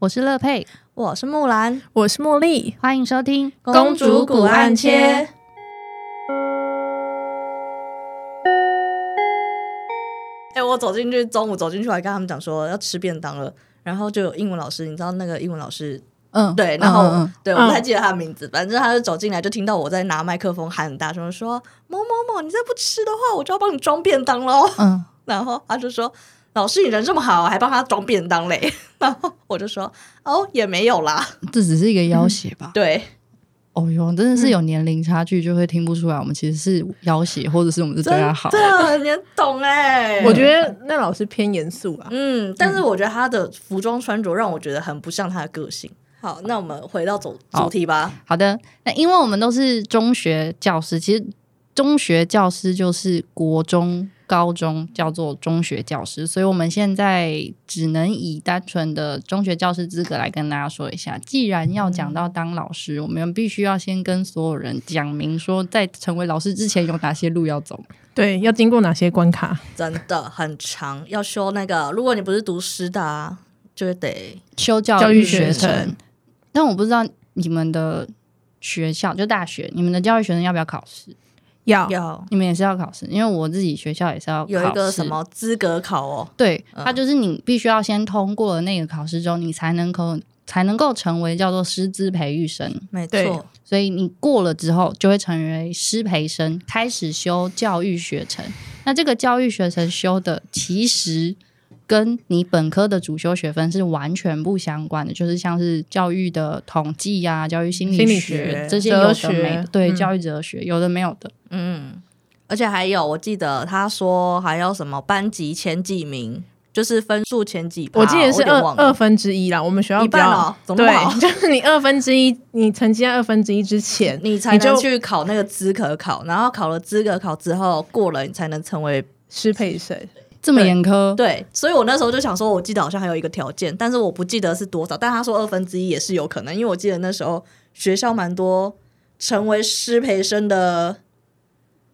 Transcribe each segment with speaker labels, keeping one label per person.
Speaker 1: 我是乐佩，
Speaker 2: 我是木兰，
Speaker 3: 我是茉莉，
Speaker 1: 欢迎收听《
Speaker 2: 公主骨暗切》。哎、我走进去，中午走进去，我还跟他们讲说要吃便当了。然后就有英文老师，你知道那个英文老师
Speaker 3: 嗯，
Speaker 2: 对，然后、
Speaker 3: 嗯嗯
Speaker 2: 对
Speaker 3: 嗯
Speaker 2: 我不太记得他的名字，反正他就走进来就听到我在拿麦克风喊很大声说：“某某某，你再不吃的话，我就要帮你装便当喽。”
Speaker 3: 嗯，
Speaker 2: 然后他就说：“老师，你人这么好，还帮他装便当嘞。” 然后我就说：“哦，也没有啦。
Speaker 3: 嗯这只是一个要挟吧？”
Speaker 2: 对，
Speaker 3: 哦哟，真的
Speaker 2: 嗯
Speaker 3: 是有年龄差距就会听不出来，我们其实是要挟，或者是我们是对他好。
Speaker 2: 这你很懂哎、
Speaker 4: 啊我觉得那老师偏严肃啊。
Speaker 2: 嗯，但是我觉得他的服装穿着让我觉得很不像他的个性。好，那我们回到主
Speaker 3: 好
Speaker 2: 主题吧。
Speaker 3: 好的，那因为我们都是中学教师，其实中学教师就是国中、高中叫做中学教师，所以我们现在只能以单纯的中学教师资格来跟大家说一下。既然要讲到当老师，我们必须要先跟所有人讲明说，在成为老师之前有哪些路要走。
Speaker 4: 对，要经过哪些关卡？
Speaker 2: 真的很长，要修那个。如果你不是读师的、啊，就得
Speaker 3: 修教
Speaker 4: 教
Speaker 3: 育
Speaker 4: 育
Speaker 3: 学
Speaker 4: 学
Speaker 3: 程
Speaker 4: 程，
Speaker 3: 但我不知道你们的学校就大学，你们的教育学生要不要考试？
Speaker 4: 要
Speaker 2: 要
Speaker 3: 你们也是要考试，因为我自己学校也是要考试
Speaker 2: 有一个什么资格考哦。
Speaker 3: 对，
Speaker 2: 嗯
Speaker 3: 它就是你必须要先通过了那个考试之后，你才能够才能够成为叫做师资培育生。
Speaker 2: 没
Speaker 4: 对
Speaker 2: 错，
Speaker 3: 所以你过了之后，就会成为师培生，开始修教育学程。那这个教育学程修的，其实跟你本科的主修学分是完全不相关的，就是像是教育的统计呀、教育心理学
Speaker 4: 心理学
Speaker 3: 这些有的
Speaker 4: 哲
Speaker 3: 没的
Speaker 4: 学
Speaker 3: 对、
Speaker 4: 嗯
Speaker 3: 教育哲学有的没有的。
Speaker 2: 嗯，而且还有，我记得他说还要什么班级前几名，就是分数前几趴，
Speaker 4: 我记得是
Speaker 2: 啊有点
Speaker 4: 二
Speaker 2: 忘了
Speaker 4: 二分之一啦。我们学校
Speaker 2: 一
Speaker 4: 比
Speaker 2: 半
Speaker 4: 较
Speaker 2: 哦，怎么那么好
Speaker 4: 对，就是你二分之一，你成绩在二分之一之前，
Speaker 2: 你才
Speaker 4: 你就
Speaker 2: 能去考那个资格考，然后考了资格考之后过了，你才能成为
Speaker 4: 师培生
Speaker 3: 这么严苛，
Speaker 2: 对。所以我那时候就想说，我记得好像还有一个条件，但是我不记得是多少。但他说二分之一也是有可能，因为我记得那时候学校蛮多成为师培生的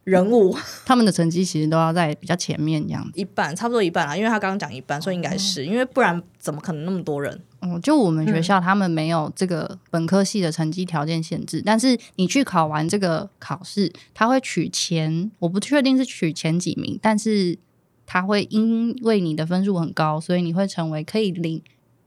Speaker 2: 人物，
Speaker 3: 他们的成绩其实都要在比较前面这样子。
Speaker 2: 一半差不多一半啦，因为他刚刚讲一半，所以应该是、因为不然怎么可能那么多人？
Speaker 3: 哦，就我们
Speaker 2: 嗯
Speaker 3: 学校他们没有这个本科系的成绩条件限制，但是你去考完这个考试，他会取前，我不确定是取前几名，但是他会因为你的分数很高，所以你会成为可以领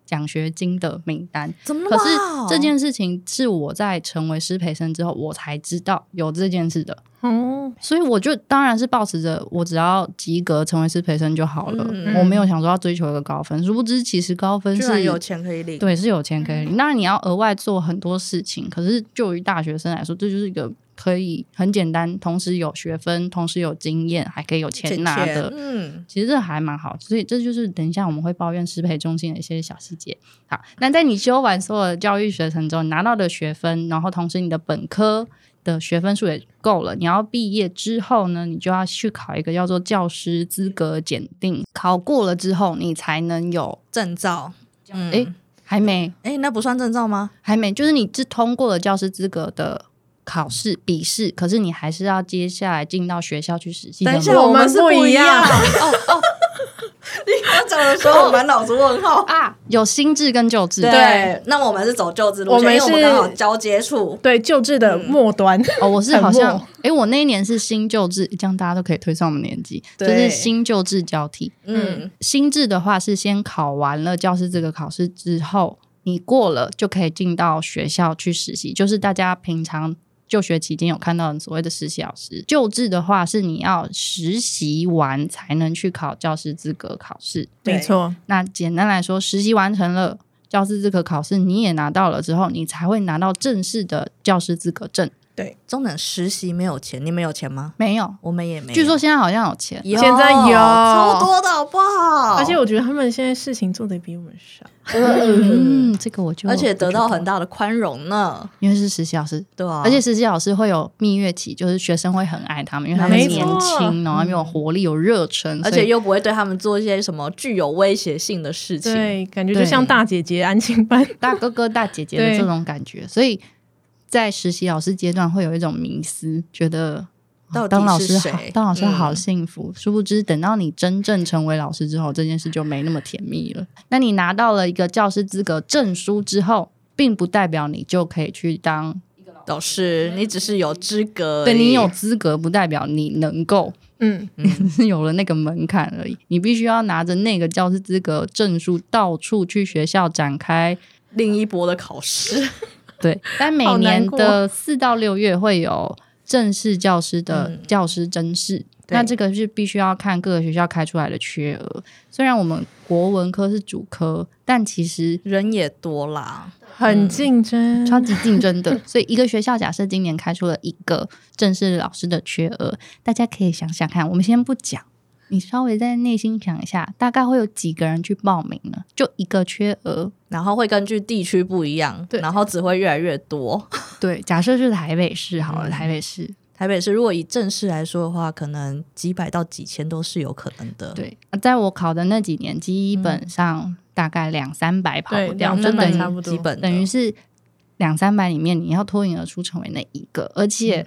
Speaker 3: 奖学金的名单。
Speaker 2: 怎么那
Speaker 3: 可
Speaker 2: 么
Speaker 3: 是
Speaker 2: 好
Speaker 3: 这件事情是我在成为师培生之后，我才知道有这件事的，
Speaker 4: 哦，
Speaker 3: 所以我就当然是保持着我只要及格成为师培生就好了，
Speaker 2: 嗯
Speaker 3: 我没有想说要追求一个高分，殊不知其实高分
Speaker 2: 居然
Speaker 3: 是
Speaker 2: 有钱可以领，
Speaker 3: 对，是有钱可以领。当然你要额外做很多事情，可是就于大学生来说，这就是一个可以很简单，同时有学分，同时有经验，还可以有钱拿
Speaker 2: 钱
Speaker 3: 的。
Speaker 2: 嗯，
Speaker 3: 其实这还蛮好，所以这就是等一下我们会抱怨师培中心的一些小细节。好，那在你修完所有的教育学程之后，你拿到的学分，然后同时你的本科的学分数也够了，你要毕业之后呢，你就要去考一个叫做教师资格检定，考过了之后，你才能有。
Speaker 2: 证照，嗯，
Speaker 3: 诶还没，
Speaker 2: 哎、那不算证照吗？
Speaker 3: 还没，就是你是通过了教师资格的考试笔试，可是你还是要接下来进到学校去实习的
Speaker 2: 等
Speaker 3: 嘛。
Speaker 2: 一下，
Speaker 4: 我们
Speaker 2: 是不
Speaker 4: 不一
Speaker 2: 样。
Speaker 4: 样
Speaker 2: 哦哦， 你刚讲的时候，我满脑子问号。
Speaker 3: 啊，有新制跟旧制。
Speaker 2: 对，那我们是走旧制路
Speaker 4: 我
Speaker 2: 线，
Speaker 4: 们
Speaker 2: 因为我们
Speaker 4: 是
Speaker 2: 刚好交接处。
Speaker 4: 对，救治的
Speaker 2: 嗯
Speaker 4: 末端，
Speaker 3: 哦，我是好
Speaker 4: 很
Speaker 3: 像
Speaker 4: 默，
Speaker 3: 诶，我那一年是新旧制，这样大家都可以推算我们年纪，就
Speaker 2: 对
Speaker 3: 是新旧制交替。
Speaker 2: 嗯，
Speaker 3: 新制的话是先考完了教师资格考试之后，你过了就可以进到学校去实习，就是大家平常就学期间有看到的所谓的实习老师。旧制的话是你要实习完才能去考教师资格考试。
Speaker 2: 对
Speaker 4: 没错，
Speaker 3: 那简单来说，实习完成了。教师资格考试你也拿到了之后，你才会拿到正式的教师资格证。
Speaker 2: 中等实习没有钱，你们有钱吗？
Speaker 3: 没有，
Speaker 2: 我们也没有。
Speaker 3: 据说现在好像有钱，
Speaker 2: 有
Speaker 4: 现在有
Speaker 2: 超多的好不好？
Speaker 4: 而且我觉得他们现在事情做的比我们少，
Speaker 3: 嗯，这个我就
Speaker 2: 而且
Speaker 3: 不
Speaker 2: 得到
Speaker 3: 知道
Speaker 2: 很大的宽容呢，
Speaker 3: 因为是实习老师，
Speaker 2: 对啊。
Speaker 3: 而且实习老师会有蜜月期，就是学生会很爱他们，因为他们
Speaker 4: 没
Speaker 3: 年
Speaker 4: 错
Speaker 3: 轻，然后他们有活力、有热忱，
Speaker 2: 嗯
Speaker 3: 所
Speaker 2: 而且
Speaker 3: 以
Speaker 2: 又不会对他们做一些什么具有威胁性的事情。
Speaker 4: 对，感觉就
Speaker 3: 对
Speaker 4: 像大姐姐安 静班，
Speaker 3: 大哥哥、大姐姐的
Speaker 4: 对
Speaker 3: 这种感觉，所以在实习老师阶段会有一种迷思，觉得。哦
Speaker 2: 到
Speaker 3: 当老
Speaker 2: 底
Speaker 3: 师
Speaker 2: 是
Speaker 3: 好
Speaker 2: 谁，？
Speaker 3: 当老师好
Speaker 2: 嗯
Speaker 3: 幸福。殊不知，等到你真正成为老师之后，这件事就没那么甜蜜了。那你拿到了一个教师资格证书之后，并不代表你就可以去当，
Speaker 2: 老师，你只是有资格而已，
Speaker 3: 对你有资格，不代表你能够，
Speaker 4: 嗯，
Speaker 3: 只是 有了那个门槛而已。你必须要拿着那个教师资格证书，到处去学校展开
Speaker 2: 另一波的考试，
Speaker 3: 对，但每
Speaker 4: 好难
Speaker 3: 年
Speaker 4: 过
Speaker 3: 的四到六月会有正式教师的
Speaker 2: 嗯
Speaker 3: 教师甄试，
Speaker 2: 对
Speaker 3: 那这个是必须要看各个学校开出来的缺额。虽然我们国文科是主科，但其实
Speaker 2: 人也多啦。
Speaker 4: 很竞
Speaker 2: 嗯
Speaker 4: 争，
Speaker 3: 超级竞争 的，所以一个学校假设今年开出了一个正式老师的缺额，大家可以想想看，我们先不讲。你稍微在内心想一下，大概会有几个人去报名呢？就一个缺额，
Speaker 2: 然后会根据地区不一样，
Speaker 4: 对
Speaker 2: 然后只会越来越多。
Speaker 3: 对，假设是台北市好了，
Speaker 2: 嗯
Speaker 3: 台北市
Speaker 2: 台北市如果以正式来说的话，可能几百到几千都是有可能的。，
Speaker 3: 对，啊在我考的那几年，基本上大概两嗯三百跑不
Speaker 4: 对
Speaker 3: 掉，
Speaker 4: 两
Speaker 3: 就
Speaker 4: 三百
Speaker 3: 等
Speaker 4: 差
Speaker 3: 于
Speaker 4: 不多
Speaker 2: 基本的
Speaker 3: 等于是两三百里面你要脱颖而出成为那一个，而且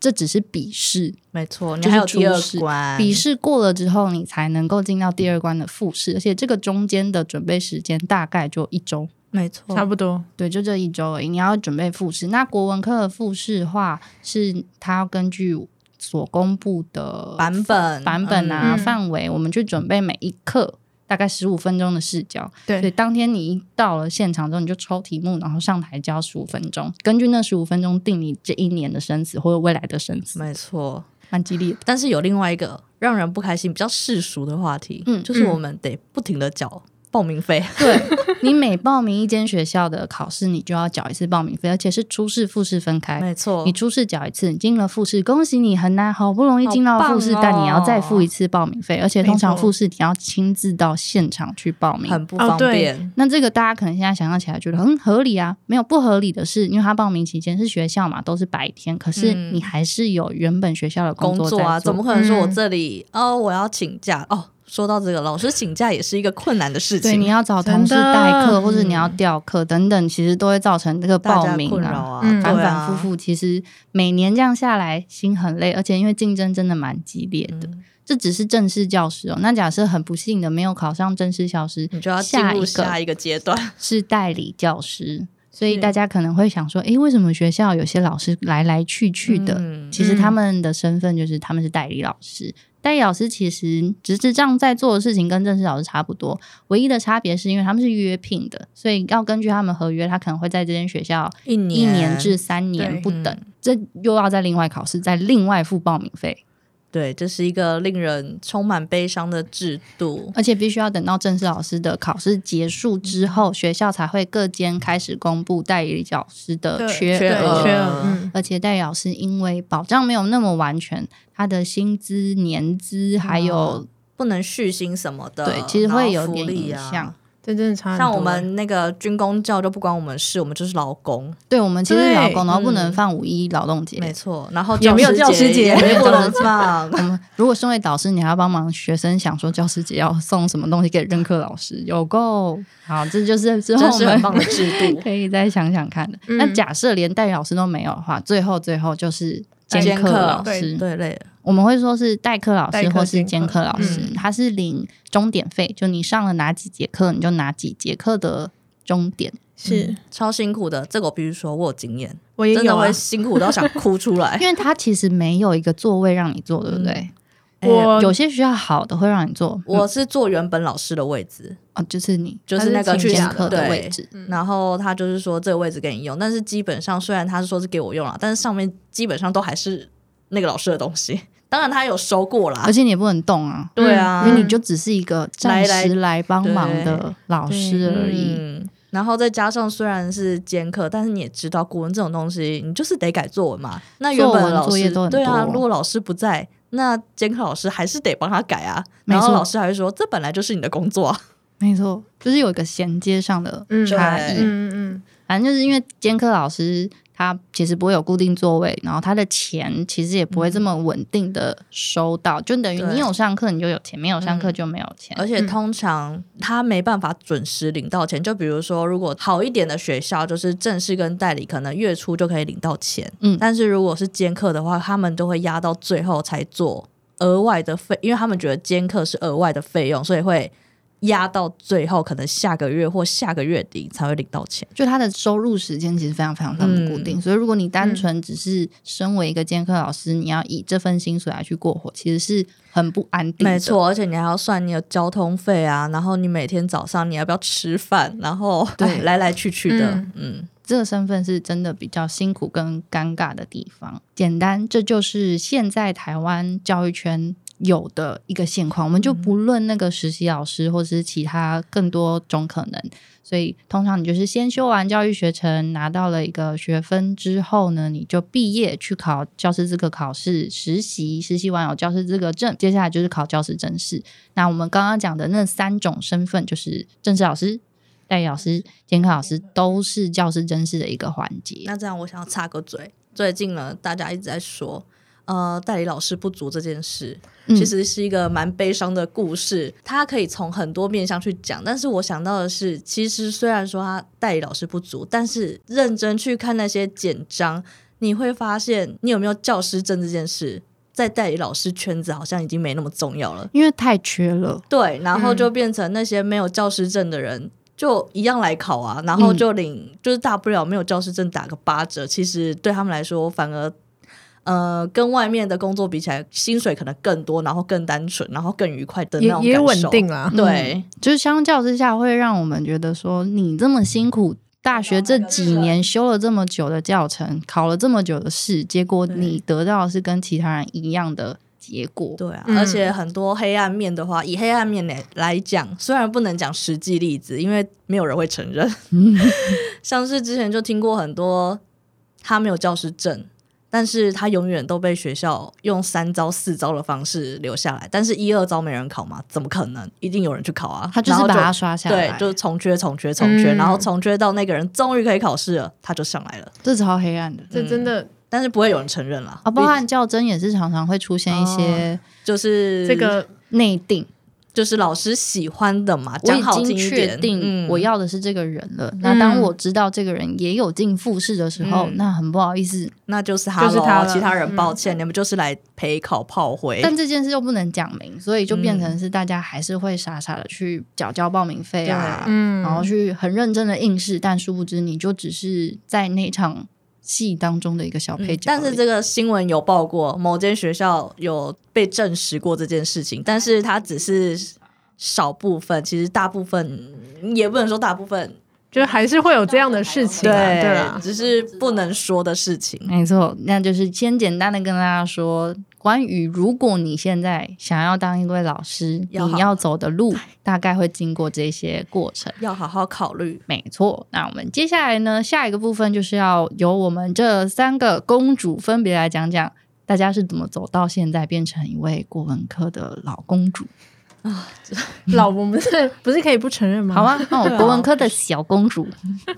Speaker 3: 这只是笔试，
Speaker 2: 没错，你
Speaker 3: 就是
Speaker 2: 还有第二
Speaker 3: 初试
Speaker 2: 关
Speaker 3: 笔试过了之后，你才能够进到第二关的复试，而且这个中间的准备时间大概就一周。
Speaker 2: 没错，
Speaker 4: 差不多，
Speaker 3: 对，就这一周而已。你要准备复试。那国文科的复试的话，是它要根据所公布的
Speaker 2: 版本
Speaker 3: 版本啊、
Speaker 4: 嗯
Speaker 3: 范围，我们去准备每一课大概十五分钟的试教。所以
Speaker 4: 对，
Speaker 3: 当天你一到了现场之后，你就抽题目，然后上台教十五分钟，根据那十五分钟定你这一年的生死或者未来的生死，
Speaker 2: 没错。
Speaker 3: 蛮激烈的。
Speaker 2: 但是有另外一个让人不开心、比较世俗的话题，
Speaker 3: 嗯
Speaker 2: 就是我们得不停的缴报名费，
Speaker 3: 对你每报名一间学校的考试，你就要缴一次报名费，而且是初试、复试分开。
Speaker 2: 没错
Speaker 3: 哎你，初试缴一次，你进了复试，恭喜你，很难，好不容易进到复试，
Speaker 2: 好棒哦
Speaker 3: 但你要再付一次报名费，而且通常复试你要亲自到现场去报名。
Speaker 2: 很不方便。
Speaker 3: 那这个大家可能现在想象起来觉得很合理啊，没有不合理的是，因为他报名期间是学校嘛，都是白天，可是
Speaker 2: 嗯
Speaker 3: 你还是有原本学校的
Speaker 2: 工
Speaker 3: 作在
Speaker 2: 作啊，
Speaker 3: 做
Speaker 2: 怎么可能说我
Speaker 4: 嗯
Speaker 2: 这里、哦我要请假哦？说到这个，老师请假也是一个困难的事
Speaker 3: 对，
Speaker 2: 情，
Speaker 3: 你要找
Speaker 4: 真
Speaker 3: 同事
Speaker 4: 的
Speaker 3: 代
Speaker 2: 嗯
Speaker 3: 课，或者你要调课等等，其实都会造成这个
Speaker 2: 大
Speaker 3: 报
Speaker 2: 家
Speaker 3: 名
Speaker 2: 困扰
Speaker 3: 啊，
Speaker 2: 啊，
Speaker 4: 嗯
Speaker 3: 反
Speaker 2: 对
Speaker 3: 反
Speaker 2: 啊
Speaker 3: 复。复，其实每年这样下来，心很累，而且因为竞争真的蛮激烈的。
Speaker 2: 嗯
Speaker 3: 这只是正式教师哦。那假设很不幸的没有考上正式教师，
Speaker 2: 你就要进
Speaker 3: 啊下一
Speaker 2: 入
Speaker 3: 个
Speaker 2: 下一个阶段，
Speaker 3: 是代理教师，所以
Speaker 4: 是
Speaker 3: 大家可能会想说，诶，为什么学校有些老师来来去去的？
Speaker 2: 嗯
Speaker 3: 其实他们的身份就是他们是代理老师。代理老师其实实质上在做的事情跟正式老师差不多，唯一的差别是因为他们是约聘的，所以要根据他们合约，他可能会在这间学校
Speaker 2: 一年
Speaker 3: 一年至三年
Speaker 4: 对
Speaker 3: 不等，
Speaker 2: 嗯
Speaker 3: 这又要再另外考试，再另外付报名费，
Speaker 2: 对，这是一个令人充满悲伤的制度。
Speaker 3: 而且必须要等到正式老师的考试结束之后，学校才会各间开始公布代理老师的
Speaker 4: 对
Speaker 3: 缺
Speaker 2: 呃缺
Speaker 4: 对，
Speaker 2: 额
Speaker 4: 缺
Speaker 3: 额。
Speaker 4: 额，嗯，
Speaker 3: 而且代理老师因为保障没有那么完全，他的薪资、年资还有、
Speaker 2: 不能续薪什么的，
Speaker 3: 对，其实会有
Speaker 2: 然后嗯福
Speaker 3: 点
Speaker 2: 利
Speaker 3: 影
Speaker 2: 啊
Speaker 3: 响。
Speaker 4: 这真的差很多，
Speaker 2: 像我们那个军工教就不关我们事，我们就是劳工，
Speaker 3: 对我们其实
Speaker 4: 对
Speaker 3: 老公，然后不能
Speaker 2: 嗯
Speaker 3: 放五一劳动节。
Speaker 2: 没错。然后
Speaker 4: 也没有教师节
Speaker 2: 也
Speaker 3: 没 有
Speaker 2: 不
Speaker 3: 教师
Speaker 2: 能
Speaker 3: 节
Speaker 2: 放，
Speaker 3: 我们如果身为导师，你还要帮忙学生想说教师节要送什么东西给任课老师，有够 好，这就是之后
Speaker 2: 这
Speaker 3: 我
Speaker 2: 是
Speaker 3: 们
Speaker 2: 很棒的制度。
Speaker 3: 可以再想想看的。
Speaker 4: 嗯
Speaker 3: 那假设连代理老师都没有的话，最后最后就是
Speaker 2: 兼
Speaker 3: 课
Speaker 2: 课
Speaker 3: 老师，
Speaker 2: 对，累了，
Speaker 3: 我们会说是代课老
Speaker 4: 代
Speaker 3: 师
Speaker 4: 课
Speaker 3: 或是兼
Speaker 4: 兼课
Speaker 3: 课老师，
Speaker 2: 嗯
Speaker 3: 他是领钟点费，就你上了哪几节课，你就拿几节课的钟点。
Speaker 4: 是
Speaker 2: 嗯超辛苦的。这个我必须说，我有经验，
Speaker 4: 我也
Speaker 2: 真
Speaker 4: 有
Speaker 2: 的
Speaker 4: 啊
Speaker 2: 会，辛苦到想哭出来。
Speaker 3: 因为他其实没有一个座位让你坐，对不对？
Speaker 2: 哎
Speaker 4: 我
Speaker 3: 有些学校好的会让你坐，
Speaker 2: 我是坐原本老师的位置，
Speaker 3: 哦，就是你
Speaker 2: 就是那个
Speaker 4: 他是
Speaker 2: 去
Speaker 4: 请
Speaker 3: 兼
Speaker 4: 假
Speaker 3: 课的
Speaker 2: 对
Speaker 3: 位置。
Speaker 4: 嗯
Speaker 2: 然后他就是说这个位置给你用，但是基本上虽然他是说是给我用了，但是上面基本上都还是那个老师的东西。当然他有收过啦
Speaker 3: 而，且你也不能动啊，
Speaker 2: 对啊，
Speaker 3: 因为你就只是一个暂
Speaker 2: 来
Speaker 3: 时来帮忙
Speaker 2: 对
Speaker 3: 的老师而已。
Speaker 2: 嗯。然后再加上虽然是兼课，但是你也知道古文这种东西，你就是得改作文嘛。那原本
Speaker 3: 作文
Speaker 2: 老
Speaker 3: 作业
Speaker 2: 师
Speaker 3: 都很多
Speaker 2: 对啊，如果老师不在，那兼课老师还是得帮他改啊。
Speaker 3: 没错
Speaker 2: 然后老师还会说，这本来就是你的工作啊。
Speaker 3: 没错，就是有一个衔接上的
Speaker 4: 嗯
Speaker 3: 差
Speaker 2: 对
Speaker 3: 异。
Speaker 4: 嗯嗯嗯，
Speaker 3: 反正就是因为兼课老师它其实不会有固定座位，然后它的钱其实也不会这么稳定的收到，就等于
Speaker 2: 嗯对嗯呃
Speaker 3: 你有上课你就有钱，没有上课就没有钱。
Speaker 2: 而且通常他没办法准时领到钱，就比如说，如果好一点的学校，就是正式跟代理，可能月初就可以领到钱。
Speaker 3: 嗯
Speaker 2: 但是如果是兼课的话，他们都会压到最后才做额外的费，因为他们觉得兼课是额外的费用，所以会压到最后，可能下个月或下个月底才会领到钱。
Speaker 3: 就他的收入时间其实非常非常非常不固
Speaker 2: 嗯
Speaker 3: 定，所以如果你单纯只是身为一个兼课老师，你要以这份薪水来去过活，其实是很不安定的。
Speaker 2: 没，错，而且你还要算你的交通费啊，然后你每天早上你要不要吃饭，然后
Speaker 3: 对
Speaker 2: 哎来来去去的，
Speaker 4: 嗯
Speaker 2: 嗯
Speaker 3: 这个身份是真的比较辛苦跟尴尬的地方。简单，这就是现在台湾教育圈有的一个现况。我们就不论那个实习老师或是其他更多种可能，所以通常你就是先修完教育学程，拿到了一个学分之后呢，你就毕业去考教师资格考试，实习，实习完有教师资格证，接下来就是考教师正式。那我们刚刚讲的那三种身份，就是正式老师、代理老师、监考老师，都是教师真试的一个环节。
Speaker 2: 那这样，我想要插个嘴。最近呢，大家一直在说，呃，代理老师不足这件事，
Speaker 3: 嗯
Speaker 2: 其实是一个蛮悲伤的故事。它可以从很多面向去讲，但是我想到的是，其实虽然说他代理老师不足，但是认真去看那些简章，你会发现，你有没有教师证这件事，在代理老师圈子好像已经没那么重要了。
Speaker 3: 因为太缺了，
Speaker 2: 对，然
Speaker 4: 嗯
Speaker 2: 后就变成那些没有教师证的人。就一样来考啊，然
Speaker 4: 嗯
Speaker 2: 后就领，就是大不了没有教师证打个八折，其实对他们来说反而，呃，跟外面的工作比起来，薪水可能更多，然后更单纯，然后更愉快的那
Speaker 4: 也
Speaker 2: 种
Speaker 4: 也
Speaker 2: 感
Speaker 4: 稳
Speaker 2: 受嗯
Speaker 4: 定。啊嗯啦。
Speaker 2: 对，
Speaker 3: 就是相较之下，会让我们觉得说，你这么辛苦，大学这几年修了这么久的教程，考了这么久的试，结果你得到的是跟其他人一样的结果。
Speaker 2: 对啊，
Speaker 4: 嗯
Speaker 2: 而且很多黑暗面的话，以黑暗面来来讲，虽然不能讲实际例子，因为没有人会承 认。像是之前就听过很多，他没有教师证，但是他永远都被学校用三招四招的方式留下来，但是一二招没人考嘛，怎么可能？一定有人去考啊！
Speaker 3: 他就是
Speaker 2: 然后
Speaker 3: 把它刷下来，
Speaker 2: 对，就是重缺、重缺、重缺，
Speaker 4: 嗯
Speaker 2: 然后重缺到那个人终于可以考试了，他就上来了，
Speaker 3: 这超黑暗的。
Speaker 4: 这真的，
Speaker 2: 但是不会有人承认啦。
Speaker 3: 啊，包含较真也是常常会出现一
Speaker 2: 哦
Speaker 3: 些
Speaker 2: 就是
Speaker 4: 这个
Speaker 3: 内定，
Speaker 2: 就是老师喜欢的嘛，
Speaker 3: 我
Speaker 2: 讲好
Speaker 3: 已
Speaker 2: 听
Speaker 3: 经
Speaker 2: 一
Speaker 3: 确
Speaker 2: 点，
Speaker 3: 定
Speaker 2: 嗯
Speaker 3: 我要的是这个人了。那当
Speaker 4: 嗯
Speaker 3: 我知道这个人也有进复试的时候，
Speaker 2: 嗯
Speaker 3: 那很不好意思，
Speaker 2: 那就是他咯
Speaker 4: 就是他了
Speaker 2: 其他人抱歉，你们就是来陪考炮灰。
Speaker 3: 嗯但这件事又不能讲明，所以就变
Speaker 2: 嗯
Speaker 3: 成是大家还是会傻傻的去缴交报名费啊，
Speaker 4: 嗯，
Speaker 3: 然后去很认真的应试，但殊不知你就只是在那场戏当中的一个小配
Speaker 2: 嗯
Speaker 3: 角而已、
Speaker 2: 但是这个新闻有报过，某间学校有被证实过这件事情，但是它只是少部分，其实大部分嗯也不能说大部分，
Speaker 4: 就还是会有这样的事情啊，对 啦，
Speaker 2: 只是不能说的事情。
Speaker 3: 没错，那就是先简单的跟大家说，关于如果你现在想要当一位老师，
Speaker 2: 要
Speaker 3: 你
Speaker 2: 好
Speaker 3: 要走的路大概会经过这些过程。
Speaker 2: 要好好考虑，
Speaker 3: 没错，那我们接下来呢，下一个部分就是要由我们这三个公主分别来讲讲，大家是怎么走到现在变成一位国文科的老公主。
Speaker 4: 老我们是不是可以不承认吗？
Speaker 3: 好，啊，那
Speaker 2: 对
Speaker 3: 我
Speaker 2: 啊
Speaker 3: 国文科的小公主。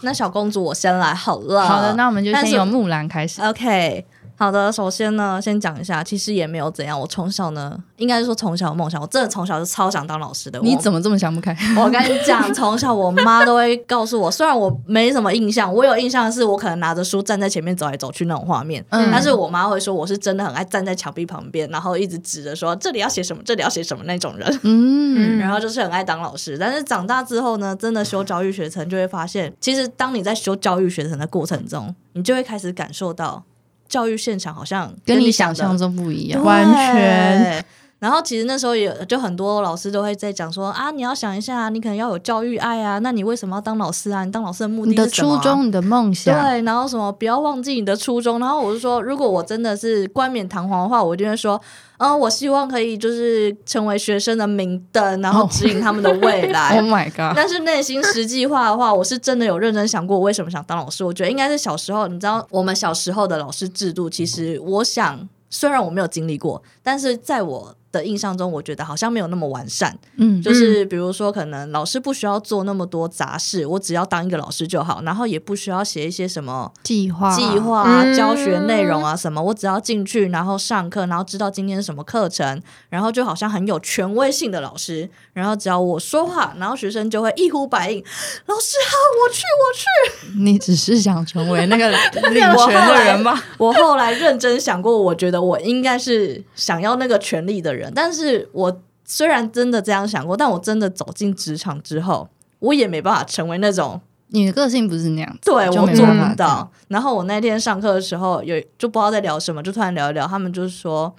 Speaker 2: 那小公主我先来好 了。
Speaker 3: 好的，那我们就
Speaker 2: 但
Speaker 3: 先
Speaker 2: 是
Speaker 3: 由木兰开始。
Speaker 2: OK，好的，首先呢，先讲一下，其实也没有怎样。我从小呢，应该是说从小有梦想，我真的从小就超想当老师的。
Speaker 3: 你
Speaker 2: 我
Speaker 3: 怎么这么想不开？
Speaker 2: 我跟你 讲，从小我妈都会告诉我，虽然我没什么印象，我有印象的是我可能拿着书站在前面走来走去那种画面，
Speaker 3: 嗯
Speaker 2: 但是我妈会说我是真的很爱站在墙壁旁边，然后一直指着说这里要写什么，这里要写什么那种人。
Speaker 3: 嗯，
Speaker 2: 然后就是很爱当老师，但是长大之后呢，真的修教育学程就会发现，其实当你在修教育学程的过程中，你就会开始感受到教育现场好像
Speaker 3: 跟你
Speaker 2: 你
Speaker 3: 想
Speaker 2: 想
Speaker 3: 象
Speaker 2: 中
Speaker 3: 中不一样。
Speaker 4: 完全。
Speaker 2: 然后其实那时候也就很多老师都会在讲说啊，你要想一下，你可能要有教育爱啊，那你为什么要当老师啊？你当老师的目
Speaker 3: 你
Speaker 2: 的
Speaker 3: 的
Speaker 2: 是什么
Speaker 3: 初
Speaker 2: 啊、
Speaker 3: 衷，你的梦想，
Speaker 2: 对，然后什么不要忘记你的初衷。然后我就说，如果我真的是冠冕堂皇的话，我就会说，嗯，我希望可以就是成为学生的明灯，然后指引他们的未
Speaker 3: Oh
Speaker 2: 来。
Speaker 3: my god！
Speaker 2: 但是内心实际化的话，我是真的有认真想过，我为什么想当老师。我觉得应该是小时候，你知道，我们小时候的老师制度，其实我想，虽然我没有经历过，但是在我的印象中，我觉得好像没有那么完善。
Speaker 3: 嗯
Speaker 2: 就是比如说，可能老师不需要做那么多杂事，我只要当一个老师就好，然后也不需要写一些什么
Speaker 3: 计划
Speaker 2: 计划啊、
Speaker 4: 嗯
Speaker 2: 教学内容啊什么，我只要进去，然后上课，然后知道今天是什么课程，然后就好像很有权威性的老师，然后只要我说话，然后学生就会一呼百应，老师好，我去，我去。
Speaker 3: 你只是想成为那 个领权的人 吧？
Speaker 2: 我后来认真想过，我觉得我应该是想要那个权利的人，但是我虽然真的这样想过，但我真的走进职场之后，我也没办法成为那种
Speaker 3: 你的个性不是那样子，
Speaker 2: 对
Speaker 3: 就
Speaker 2: 我
Speaker 3: 没
Speaker 2: 做
Speaker 3: 办法
Speaker 2: 不到。然后我那天上课的时候，有就不知道在聊什么，就突然聊一聊，他们就说。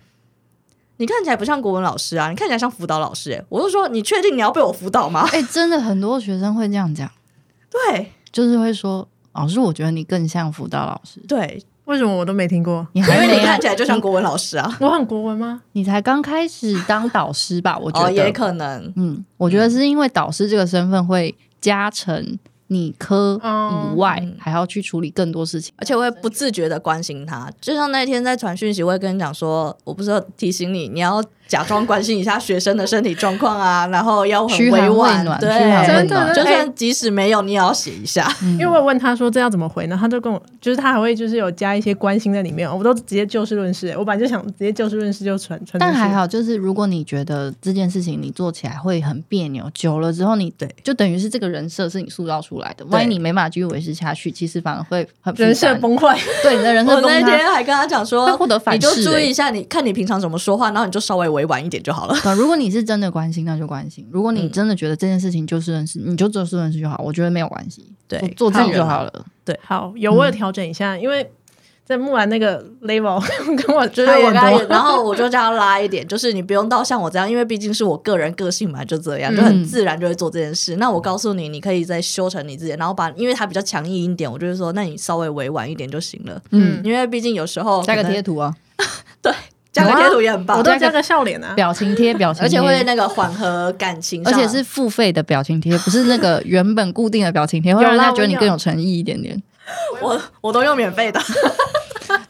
Speaker 2: 你看起来不像国文老师啊，你看起来像辅导老师、欸。我就说，你确定你要被我辅导吗？
Speaker 3: 这样。哎、真的很多学生会这样讲，
Speaker 2: 对
Speaker 3: 就是会说，老师，我觉得你更像辅导老师，
Speaker 2: 对，
Speaker 4: 为什么我都没听过？
Speaker 3: 你
Speaker 2: 因
Speaker 3: 还
Speaker 2: 为
Speaker 3: 没啊
Speaker 2: 你看啊起来就像国文老师啊。
Speaker 4: 我很国文吗？
Speaker 3: 你才刚开始当导师 吧？我觉得，
Speaker 2: 哦，也可能，
Speaker 3: 嗯，我觉得是因为导师这个身份会加成你科以外、
Speaker 2: 嗯
Speaker 3: 还要去处理更多事情，
Speaker 2: 而且我会不自觉的关心他，就像那天在传讯息，我会跟你讲说，我不是要提醒你，你要假装关心一下学生的身体状况啊，然后要很
Speaker 3: 嘘寒
Speaker 2: 委
Speaker 3: 问
Speaker 2: 婉，
Speaker 3: 暖，嘘寒
Speaker 2: 对，
Speaker 3: 问
Speaker 4: 真的
Speaker 3: 暖，
Speaker 2: 就算即使没有，你也要写一下。
Speaker 3: 因
Speaker 4: 因为我有问他说这要怎么回呢，他就跟我，就是他还会就是有加一些关心在里面，我都直接就事论事、我本来就想直接就事论事就传传出去。
Speaker 3: 但还好，就是如果你觉得这件事情你做起来会很别扭，久了之后你
Speaker 2: 对，
Speaker 3: 就等于是这个人设是你塑造出来的。万一你没办法继续维持下去，其实反而会很负
Speaker 4: 人设
Speaker 3: 担
Speaker 4: 崩溃，
Speaker 3: 对你的人
Speaker 2: 我
Speaker 3: 设崩
Speaker 2: 那
Speaker 3: 塌。
Speaker 2: 天还跟他讲
Speaker 3: 会
Speaker 2: 说
Speaker 3: 获得，反
Speaker 2: 你
Speaker 3: 噬
Speaker 2: 就注
Speaker 3: 欸
Speaker 2: 意一下，你看你平常怎么说话，然后你就稍微委婉一点就 好了。
Speaker 3: 对，如果你是真的关心，那就关心；如果你真的觉得这件事情就是认识，你就做事论事就好。我觉得没有关系，
Speaker 2: 对
Speaker 3: 做做自己就好了。
Speaker 4: 好有我有调整一下，因为在木兰那个 level 跟我
Speaker 2: 就
Speaker 4: 就是
Speaker 2: 我跟他也，
Speaker 4: 多，
Speaker 2: 然后我就这样拉一点，就是你不用到像我这样，因为毕竟是我个人个性嘛，就这
Speaker 3: 嗯
Speaker 2: 样，就很自然就会做这件事。那我告诉你，你可以再修成你自己，然后把，因为他比较强硬一点，我就是说，那你稍微委婉一点就行了，
Speaker 3: 嗯，
Speaker 2: 因为毕竟有时候
Speaker 3: 加个
Speaker 2: 可能
Speaker 3: 贴，图啊，
Speaker 2: 对，加个
Speaker 4: 有啊
Speaker 2: 贴图也很棒
Speaker 4: 我，都加个笑脸啊，
Speaker 3: 表情贴，表情
Speaker 2: 而
Speaker 3: 贴，
Speaker 2: 且会那个缓和感情
Speaker 3: 嗯而
Speaker 2: 上，
Speaker 3: 且是付费的表情贴，不是那个原本固定的表情贴，会让
Speaker 4: 有
Speaker 3: 人
Speaker 4: 啦
Speaker 3: 家觉得你
Speaker 4: 我有
Speaker 3: 更有诚意一点点。
Speaker 2: 我我都用免费的，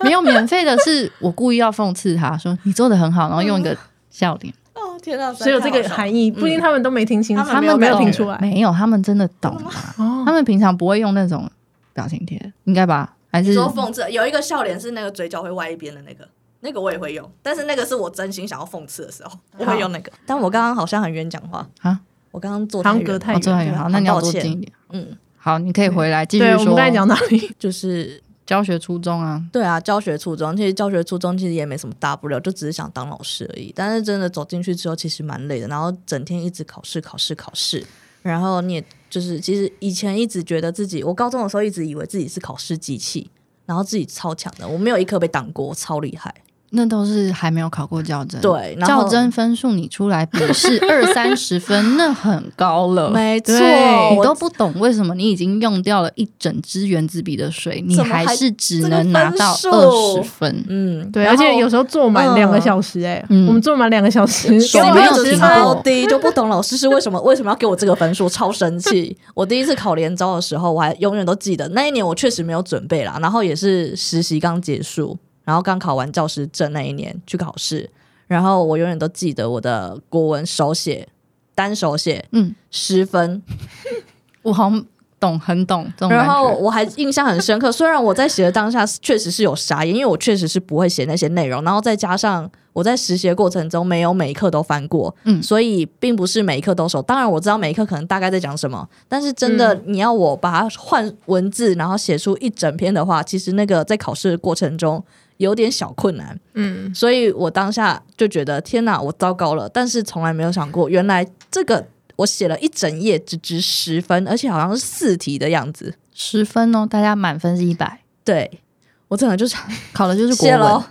Speaker 3: 没有免费的是我故意要讽刺他说你做的很好，然后用一个笑点，
Speaker 2: 哦天哪，
Speaker 4: 所以有这个含义，不一定嗯他们都没听清楚，
Speaker 2: 他们
Speaker 4: 没有没有
Speaker 3: 懂
Speaker 4: 听出来。
Speaker 3: 没有，他们真的懂啊，
Speaker 4: 哦
Speaker 3: 他们平常不会用那种表情贴，应该吧？还是
Speaker 2: 说讽刺，有一个笑脸是那个嘴角会歪一边的那个，那个我也会用，但是那个是我真心想要讽刺的时候，我会用那个。但我刚刚好像很冤讲话
Speaker 3: 啊，
Speaker 2: 我刚刚做
Speaker 4: 好
Speaker 2: 太
Speaker 4: 像
Speaker 2: 远
Speaker 4: 隔
Speaker 2: 了
Speaker 4: 太
Speaker 3: 哦，这
Speaker 4: 远。
Speaker 3: 很好，
Speaker 2: 对
Speaker 3: 那你要
Speaker 2: 很
Speaker 3: 多
Speaker 2: 抱歉
Speaker 3: 近一点。
Speaker 2: 嗯，
Speaker 3: 好，你可以回来继续
Speaker 4: 对，我们
Speaker 3: 说
Speaker 4: 刚才讲哪里？
Speaker 2: 就是
Speaker 3: 教学初衷啊，
Speaker 2: 对啊，教学初衷，其实教学初衷其实也没什么大不了，就只是想当老师而已。但是真的走进去之后，其实蛮累的，然后整天一直考试、考试、考试。然后你也就是，其实以前一直觉得自己，我高中的时候一直以为自己是考试机器，然后自己超强的，我没有一科被挡过，我超厉害。
Speaker 3: 那都是还没有考过较真。
Speaker 2: 对然后
Speaker 3: 较嗯真分数你出来笔试二三十分，那很高了。
Speaker 2: 没错
Speaker 3: 呃对你
Speaker 2: 我
Speaker 3: 都不懂为什么你已经用掉了一整支原子笔的水，你
Speaker 2: 怎么还
Speaker 3: 是只能拿到
Speaker 2: 这个分
Speaker 3: 二
Speaker 2: 数
Speaker 3: 十分。
Speaker 2: 嗯，
Speaker 4: 对，
Speaker 2: 然
Speaker 4: 而
Speaker 2: 后
Speaker 4: 且有时候坐满
Speaker 2: 嗯
Speaker 4: 两个小时，哎，
Speaker 3: 嗯
Speaker 4: 我们坐满两个小时，
Speaker 3: 手
Speaker 4: 给我
Speaker 3: 没
Speaker 4: 一
Speaker 3: 有
Speaker 4: 个
Speaker 3: 停
Speaker 4: 时
Speaker 3: 过
Speaker 4: 差
Speaker 2: 超低，就不懂老师是为什么为什么要给我这个分数，超生气。我第一次考联招的时候，我还永远都记得那一年我确实没有准备啦，然后也是实习刚结束，然后刚考完教师证那一年去考试，然后我永远都记得我的国文手写单手写
Speaker 3: 嗯，
Speaker 2: 十分，
Speaker 3: 我好像懂，很懂这种感
Speaker 2: 然后
Speaker 3: 觉。
Speaker 2: 我还印象很深刻，虽然我在写的当下确实是有傻眼，因为我确实是不会写那些内容，然后再加上我在实习的过程中没有每一课都翻过，
Speaker 3: 嗯
Speaker 2: 所以并不是每一课都熟。当然我知道每一课可能大概在讲什么，但是真的、
Speaker 3: 嗯
Speaker 2: 你要我把它换文字，然后写出一整篇的话，其实那个在考试的过程中有点小困难。
Speaker 4: 嗯，
Speaker 2: 所以我当下就觉得天哪，我糟糕了！但是从来没有想过，原来这个我写了一整页，只值十分，而且好像是四题的样子。
Speaker 3: 十分哦，大家满分是一百，
Speaker 2: 对我真的就是
Speaker 3: 考的就是国
Speaker 2: 谢
Speaker 3: 文
Speaker 2: 喽。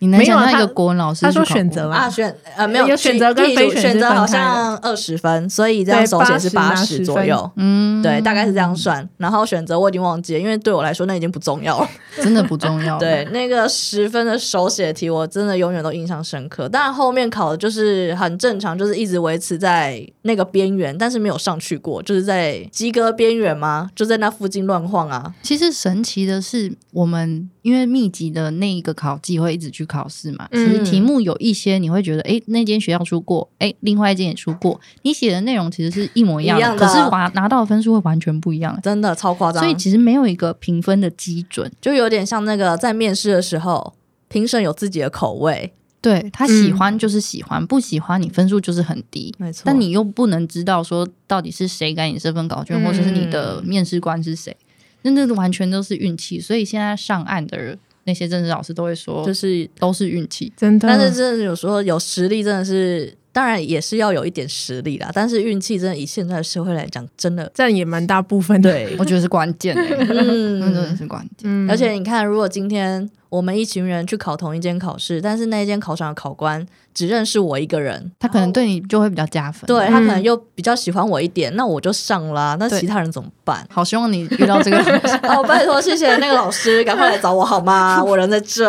Speaker 3: 你能
Speaker 4: 没有
Speaker 3: 想象一
Speaker 4: 他
Speaker 3: 个国文老师
Speaker 4: 他说
Speaker 3: 去考国文
Speaker 4: 选择啦
Speaker 2: 啊，选呃没有
Speaker 4: 有选择跟
Speaker 2: 地
Speaker 4: 非
Speaker 2: 主
Speaker 4: 选
Speaker 2: 选
Speaker 4: 是
Speaker 2: 择
Speaker 4: 分
Speaker 2: 好
Speaker 4: 开的
Speaker 2: 像二十分，所以这样
Speaker 4: 对
Speaker 2: 手写是
Speaker 4: 80
Speaker 2: 八
Speaker 4: 拿
Speaker 2: 十
Speaker 4: 10
Speaker 2: 左右。
Speaker 3: 嗯，
Speaker 2: 对，大概是这样算。然后选择我已经忘记了，因为对我来说那已经不重要了。
Speaker 3: 真的不重要。
Speaker 2: 对，，那个十分的手写题，我真的永远都印象深刻。但后面考的就是很正常，就是一直维持在那个边缘，但是没有上去过，就是在及格边缘吗？就在那附近乱晃啊。
Speaker 3: 其实神奇的是，我们因为密集的那一个考季会一直去考试嘛，其
Speaker 4: 嗯
Speaker 3: 实题目有一些你会觉得，哎、那间学校出过，哎、另外一间也出过，你写的内容其实是一模一样
Speaker 2: 一样的
Speaker 3: 可是拿拿到的分数会完全不一样、哎
Speaker 2: 真的超夸张。
Speaker 3: 所以其实没有一个评分的基准。
Speaker 2: 就有点像那个在面试的时候，评审有自己的口味，
Speaker 3: 对他喜欢就是喜欢，不喜欢你分数就是很低。
Speaker 2: 没错
Speaker 3: 但你又不能知道说到底是谁给你这份稿卷，
Speaker 4: 嗯
Speaker 3: 或者是你的面试官是谁，那那完全都是运气。所以现在上岸的人那些政治老师都会说，
Speaker 2: 就是，
Speaker 3: 都是运气。
Speaker 4: 真的。
Speaker 2: 但是真的有时候有实力真的是，当然也是要有一点实力啦，但是运气真的以现在的社会来讲，真的
Speaker 4: 占也蛮大部分的，
Speaker 2: 对，
Speaker 3: 我觉得是关键、欸，那真的
Speaker 2: 嗯。
Speaker 3: 是关键。
Speaker 4: 嗯
Speaker 2: 而且你看，如果今天我们一群人去考同一间考试，但是那一间考场的考官只认识我一个人，
Speaker 3: 他可能对你就会比较加分。
Speaker 2: 对
Speaker 4: 嗯
Speaker 2: 他可能又比较喜欢我一点，那我就上啦。那
Speaker 3: 对？
Speaker 2: 其他人怎么办
Speaker 3: 好希望你遇到这个老师
Speaker 2: 哦，拜托，谢谢那个老师，赶快来找我好吗？我人在这。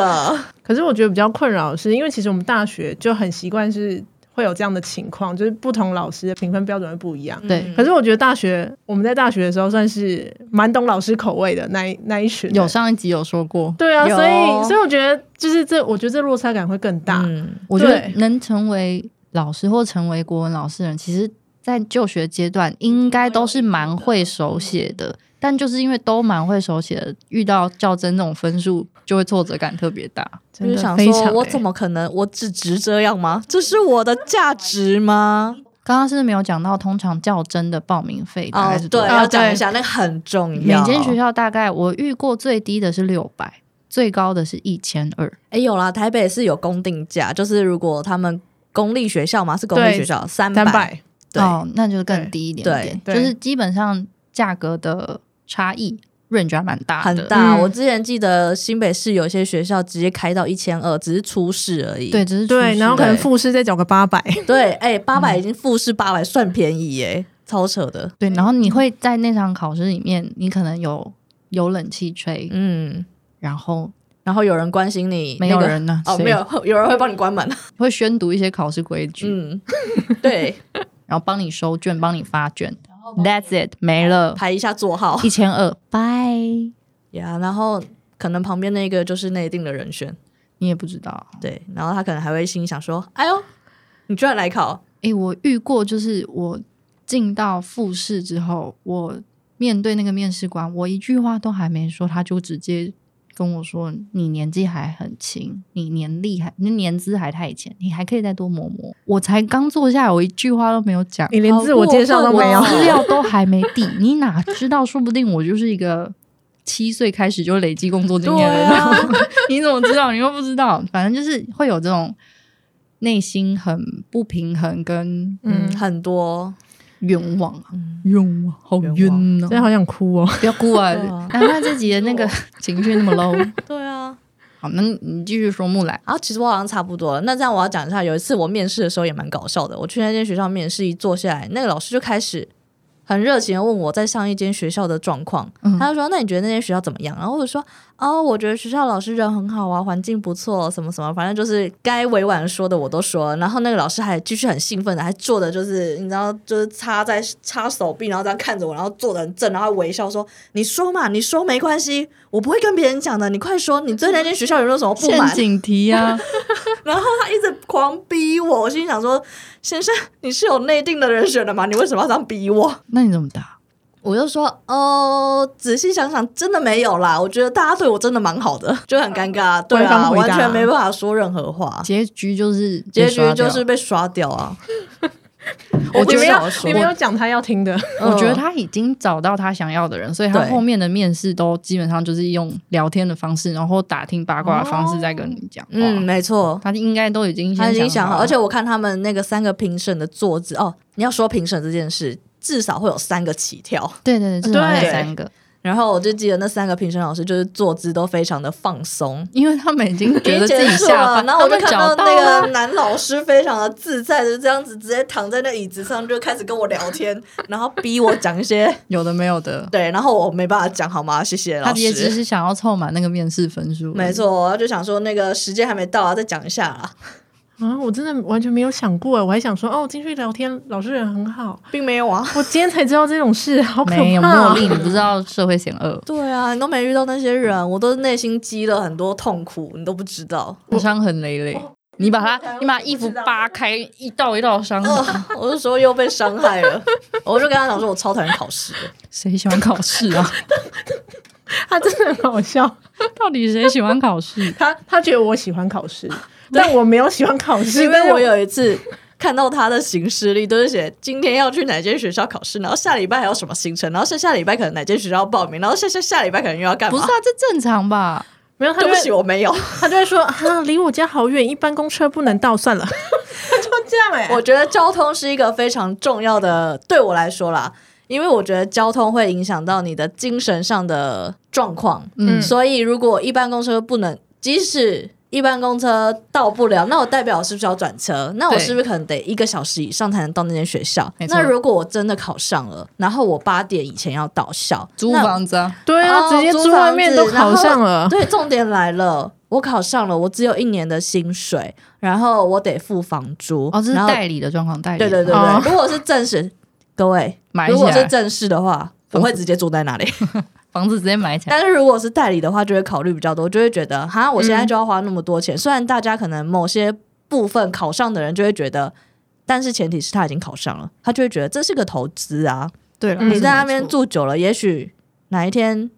Speaker 4: 可是我觉得比较困扰的是，因为其实我们大学就很习惯是会有这样的情况，就是不同老师的评分标准会不一样。
Speaker 3: 对
Speaker 2: 嗯
Speaker 4: 可是我觉得大学我们在大学的时候算是蛮懂老师口味的那一那一群人，
Speaker 3: 有上一集有说过，
Speaker 4: 对啊，
Speaker 2: 有
Speaker 4: 所以所以我觉得就是这，我觉得这落差感会更大。
Speaker 2: 嗯
Speaker 3: 我觉得
Speaker 4: 对
Speaker 3: 能成为老师或成为国文老师的人，其实在就学阶段应该都是蛮会手写的，
Speaker 2: 嗯
Speaker 3: 但就是因为都蛮会手写的，遇到较真这种分数，就会挫折感特别大。
Speaker 2: 我
Speaker 4: 真
Speaker 2: 就
Speaker 4: 的
Speaker 2: 想
Speaker 4: 非常
Speaker 2: 说，我
Speaker 3: 哎
Speaker 4: 欸
Speaker 2: 怎么可能？我只值这样吗？这是我的价值吗？
Speaker 3: 刚刚是不是没有讲到，通常较真的报名费大概是多
Speaker 2: 哦对，
Speaker 3: 少？啊
Speaker 2: 要讲一下，那个很重
Speaker 3: 每
Speaker 2: 嗯要。
Speaker 3: 间学校大概我遇过最低的是六百，最高的是一千二。
Speaker 2: 哎，有啦，台北是有公定价，就是如果他们公立学校嘛，是公立
Speaker 4: 对
Speaker 2: 学校三
Speaker 4: 三
Speaker 2: 百，
Speaker 4: 百，
Speaker 2: 对
Speaker 3: 哦，那就更低一点
Speaker 2: 对
Speaker 3: 点，
Speaker 4: 对
Speaker 3: 就是基本上价格的差异 range 还蛮大的，
Speaker 2: 很大。
Speaker 4: 嗯
Speaker 2: 我之前记得新北市有些学校直接开到一千二，只是初试而已。
Speaker 3: 对，只是
Speaker 4: 对，然后可能
Speaker 3: 付
Speaker 4: 复试再找个八百，
Speaker 2: 对，哎，八
Speaker 3: 嗯
Speaker 2: 百已经复试八百算便宜耶，超扯的。
Speaker 3: 对，然后你会在那场考试里面，你可能有有冷气吹，
Speaker 2: 嗯，
Speaker 3: 然后
Speaker 2: 然后有人关心你，
Speaker 3: 没有
Speaker 2: 那个
Speaker 3: 人呢、
Speaker 2: 哦，
Speaker 3: 谁
Speaker 2: 没有， 有人会帮你关门。
Speaker 3: 会宣读一些考试规矩，
Speaker 2: 嗯，对，
Speaker 3: 然后帮你收卷，帮你发卷，That's it，没了，
Speaker 2: 排一下座号。
Speaker 3: 一千二，拜，
Speaker 2: 呀然后可能旁边那个就是内定的人选，
Speaker 3: 你也不知道。
Speaker 2: 对，然后他可能还会心想说：“哎呦，你居然来考，
Speaker 3: 诶，我遇过，就是我进到复试之后，我面对那个面试官，我一句话都还没说，他就直接跟我说：“你年纪还很轻，你年力还，你年资还太浅，你还可以再多磨磨。”我才刚坐下来，我一句话都没有讲，
Speaker 4: 你连自我介绍都没有
Speaker 2: 好过。
Speaker 3: 资料都还没递，你哪知道？说不定我就是一个七岁开始就累积工作经验的人，
Speaker 2: 对啊
Speaker 3: 你怎么知道？你又不知道，反正就是会有这种内心很不平衡跟
Speaker 2: 嗯，
Speaker 4: 嗯，
Speaker 2: 很多，
Speaker 3: 冤枉啊，冤枉，好冤
Speaker 4: 真的
Speaker 3: 哦！
Speaker 4: 好想哭哦。
Speaker 3: 不要哭 啊
Speaker 2: 对啊！
Speaker 3: 难怪这集的那 个情绪那么 low。
Speaker 2: 对啊。
Speaker 3: 好，那你继续说木兰。
Speaker 2: 然后啊其实我好像差不多了。那这样我要讲一下，有一次我面试的时候也蛮搞笑的。我去那间学校面试，一坐下来，那个老师就开始很热情的问我在上一间学校的状况。
Speaker 3: 嗯
Speaker 2: 他就说：“那你觉得那间学校怎么样？”然后我就说：“哦，我觉得学校老师人很好啊，环境不错，什么什么，反正就是该委婉说的我都说。”然后那个老师还继续很兴奋的，还坐的就是你知道，就是插在插手臂，然后这样看着我，然后坐的很正，然后微笑说：“你说嘛，你说没关系，我不会跟别人讲的，你快说，你对那间学校有没有什么不
Speaker 3: 陷
Speaker 2: 满？”
Speaker 3: 阱题啊！
Speaker 2: 然后他一直狂逼我，我心里想说：“先生，你是有内定的人选的吗？你为什么要这样逼我
Speaker 3: 那你怎么答？？”
Speaker 2: 我就说：“哦，仔细想想，真的没有啦。我觉得大家对我真的蛮好的，就很尴 尬，对
Speaker 4: 官
Speaker 2: 啊，
Speaker 4: 方回答
Speaker 2: 完全没办法说任何话。
Speaker 3: 结局就是
Speaker 2: 结
Speaker 3: 被刷
Speaker 2: 局就
Speaker 3: 掉
Speaker 2: 是被刷掉 啊。
Speaker 3: 我
Speaker 4: 你
Speaker 3: 觉
Speaker 4: 没
Speaker 3: 得
Speaker 4: 有
Speaker 3: 我说
Speaker 4: 你没有讲他要听的，
Speaker 3: 我觉得
Speaker 2: 嗯
Speaker 3: 他已经找到他想要的人，所以他
Speaker 2: 对
Speaker 3: 后面的面试都基本上就是用聊天的方式，然后打听八卦的方式在跟你讲话。
Speaker 2: 嗯，没错，
Speaker 3: 他应该都已经
Speaker 2: 他
Speaker 3: 先
Speaker 2: 已经想
Speaker 3: 好
Speaker 2: 好，
Speaker 3: 了，
Speaker 2: 而且我看他们那个三个评审的坐姿哦，你要说评审这件事，至少会有三个起跳。
Speaker 3: 对对对，至少还有
Speaker 2: 对
Speaker 3: 三个，
Speaker 2: 然后我就记得那三个评审老师就是坐姿都非常的放松，
Speaker 3: 因为他们已经觉得自
Speaker 2: 结
Speaker 3: 己
Speaker 2: 束
Speaker 3: 下
Speaker 2: 了，
Speaker 3: 班，
Speaker 2: 然后我就
Speaker 3: 他们
Speaker 2: 看
Speaker 3: 找
Speaker 2: 到
Speaker 3: 到
Speaker 2: 那
Speaker 3: 了
Speaker 2: 个 男老师非常的自在的这样子，直接躺在那椅子上就开始跟我聊天，然后逼我讲一些
Speaker 3: 有的没有的，
Speaker 2: 对，然后我没办法讲，好吗？谢谢
Speaker 3: 他
Speaker 2: 老
Speaker 3: 也只
Speaker 2: 师。
Speaker 3: 是想要凑满那个面试分数，
Speaker 2: 没。错，我就想说那个时间还没到啊，再讲一下啦。
Speaker 4: 啊，我真的完全没有想过，我还想说哦，进去聊天，老师人很好。
Speaker 2: 并没有啊。
Speaker 4: 我今天才知道这种事， 好可怕、
Speaker 3: 没有茉莉，你不知道社会险恶，
Speaker 2: 对啊，你都没遇到那些人，我都内心积了很多痛苦，你都不知道。
Speaker 3: 伤痕累累。你把它，你把衣服扒开，一道一道伤痕。
Speaker 2: 啊我那时候又被伤害了，我就跟他讲说，我超讨厌考试的。
Speaker 3: 谁喜欢考试 啊？
Speaker 4: 他真的很好笑。
Speaker 3: 到底谁喜欢考试？
Speaker 4: 他他觉得我喜欢考 试，但 我没有喜欢考试，
Speaker 2: 因
Speaker 4: 但
Speaker 2: 为
Speaker 4: 是
Speaker 2: 我有一次看到他的行事历，都是写今天要去哪间学校考试，然后下礼拜还有什么行程，然后下下礼拜可能哪间学校要报名，然后下下下礼拜可能又要干
Speaker 3: 不
Speaker 2: 嘛
Speaker 3: 是啊。，这正常吧？
Speaker 4: 没有，他
Speaker 2: 对
Speaker 4: 就
Speaker 2: 不
Speaker 4: 会
Speaker 2: 起，我没有。
Speaker 4: 他就会说 啊，离我家好远，一般公车不能到， 算了，他就这样哎、
Speaker 2: 我觉得交通是一个非常重要的，对我来说啦，因为我觉得交通会影响到你的精神上的状况。
Speaker 3: 嗯
Speaker 2: 所以如果一般公车不能，即使一般公车到不了，那我代表我是不是要转车？那我
Speaker 3: 对
Speaker 2: 是不是可能得一个小时以上才能到那间学校？
Speaker 3: 没错
Speaker 2: 那如果我真的考上了，然后我八点以前要到校，
Speaker 3: 租
Speaker 2: 那
Speaker 3: 房子啊，
Speaker 4: 对啊，
Speaker 2: 哦
Speaker 4: 直接
Speaker 2: 租
Speaker 4: 住外面都考上
Speaker 2: 房子然后，
Speaker 4: 了
Speaker 2: 对，重点来了，我考上了，我只有一年的薪水，然后我得付房租，
Speaker 3: 哦，这是
Speaker 2: 然后
Speaker 3: 代理的状况，代理
Speaker 2: 对对对对，
Speaker 4: 哦
Speaker 2: 如果是正式，各位，
Speaker 3: 买
Speaker 2: 如
Speaker 3: 起
Speaker 2: 果是
Speaker 3: 来，
Speaker 2: 正式的话，我会直接住在那里。
Speaker 3: 房子直接买起来。
Speaker 2: 但是如果是代理的话，就会考虑比较多，就会觉得哈，我现
Speaker 3: 嗯
Speaker 2: 在就要花那么多钱。虽然大家可能某些部分考上的人就会觉得，但是前提是他已经考上了，他就会觉得这是个投资啊。
Speaker 3: 对了，
Speaker 4: 嗯
Speaker 2: 你在那边
Speaker 3: 没错，
Speaker 2: 住久了，也许哪一天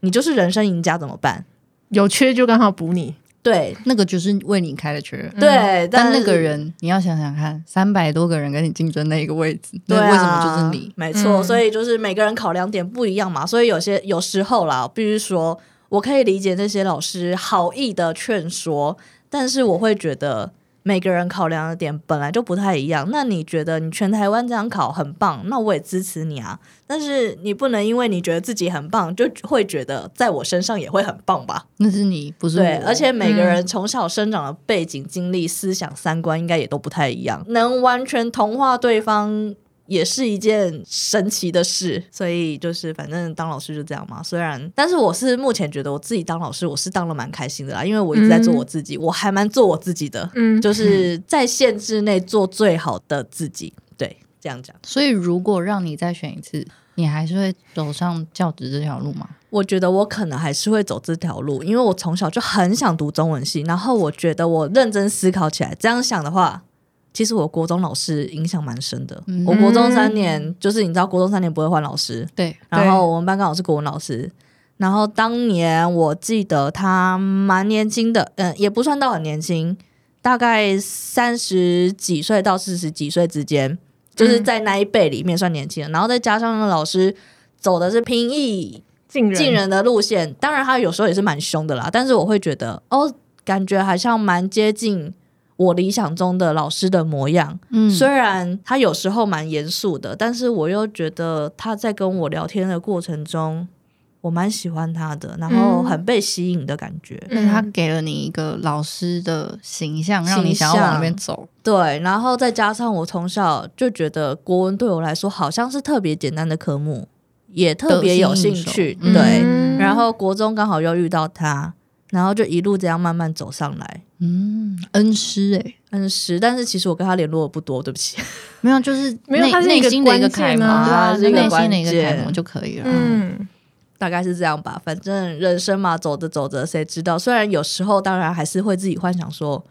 Speaker 2: 你就是人生赢家，怎么办？
Speaker 4: 有缺就刚好补你。
Speaker 2: 对
Speaker 3: 那个就是为你开的缺。
Speaker 2: 对，
Speaker 3: 嗯但
Speaker 2: 嗯是
Speaker 3: 那个人，你要想想看，三百多个人跟你竞争那一个位置，
Speaker 2: 对、
Speaker 3: 那
Speaker 2: 啊，
Speaker 3: 为什么就是你？？
Speaker 2: 没错，
Speaker 4: 嗯
Speaker 2: 所以就是每个人考量点不一样嘛，所以有些有时候啦，必须说我可以理解那些老师好意的劝说，但是我会觉得。每个人考量的点本来就不太一样，那你觉得你全台湾这样考很棒，那我也支持你啊。但是你不能因为你觉得自己很棒，就会觉得在我身上也会很棒吧？
Speaker 3: 那是你，不是
Speaker 2: 对，
Speaker 3: 我
Speaker 2: 而且每个人从小生长的背景、经历、思想、三观应该也都不太一样，能完全同化对方也是一件神奇的事。所以就是，反正当老师就这样嘛。虽然，但是我是目前觉得我自己当老师，我是当了蛮开心的啦，因为我一直在做我自己，我还蛮做我自己的，
Speaker 4: 嗯，
Speaker 2: 就是在限制内做最好的自己。对，这样讲，
Speaker 3: 所以如果让你再选一次，你还是会走上教职这条路吗？
Speaker 2: 我觉得我可能还是会走这条路，因为我从小就很想读中文系。然后我觉得我认真思考起来，这样想的话，其实我国中老师影响蛮深的。
Speaker 3: 嗯
Speaker 2: 我国中三年，就是你知道，国中三年不会换老师，
Speaker 3: 对，
Speaker 2: 然后我们班刚好是国文老师。然后当年我记得他蛮年轻的，嗯、也不算到很年轻，大概三十几岁到四十几岁之间，就是
Speaker 3: 嗯
Speaker 2: 在那一辈里面算年轻的。然后再加上那个老师走的是平易
Speaker 4: 进人，
Speaker 2: 进人的路线，当然他有时候也是蛮凶的啦，但是我会觉得哦，感觉好像蛮接近我理想中的老师的模样。
Speaker 3: 嗯，
Speaker 2: 虽然他有时候蛮严肃的，但是我又觉得他在跟我聊天的过程中，我蛮喜欢他的，然后很被吸引的感觉。
Speaker 3: 但是他给了你一个老师的形象，让你想要往那边走。
Speaker 2: 对，然后再加上我从小就觉得国文对我来说好像是特别简单的科目，也特别有兴趣。
Speaker 3: 得心应手
Speaker 2: 对，
Speaker 4: 嗯
Speaker 2: 然后国中刚好又遇到他，然后就一路这样慢慢走上来，
Speaker 3: 嗯，恩师哎、
Speaker 2: 很实。但是其实我跟他联络的不多，对不起。
Speaker 3: 没有，就是
Speaker 4: 没有
Speaker 3: 内
Speaker 4: 它是一
Speaker 3: 内
Speaker 4: 个
Speaker 3: 心的一个
Speaker 4: 关
Speaker 3: 楷
Speaker 4: 键
Speaker 3: 模，
Speaker 4: 啊
Speaker 2: 对啊是一个
Speaker 3: 内心的一
Speaker 2: 关
Speaker 3: 个
Speaker 2: 键
Speaker 3: 楷模就可以了。嗯，
Speaker 4: 嗯，
Speaker 2: 大概是这样吧，反正人生嘛，走着走着，谁知道？虽然有时候当然还是会自己幻想说，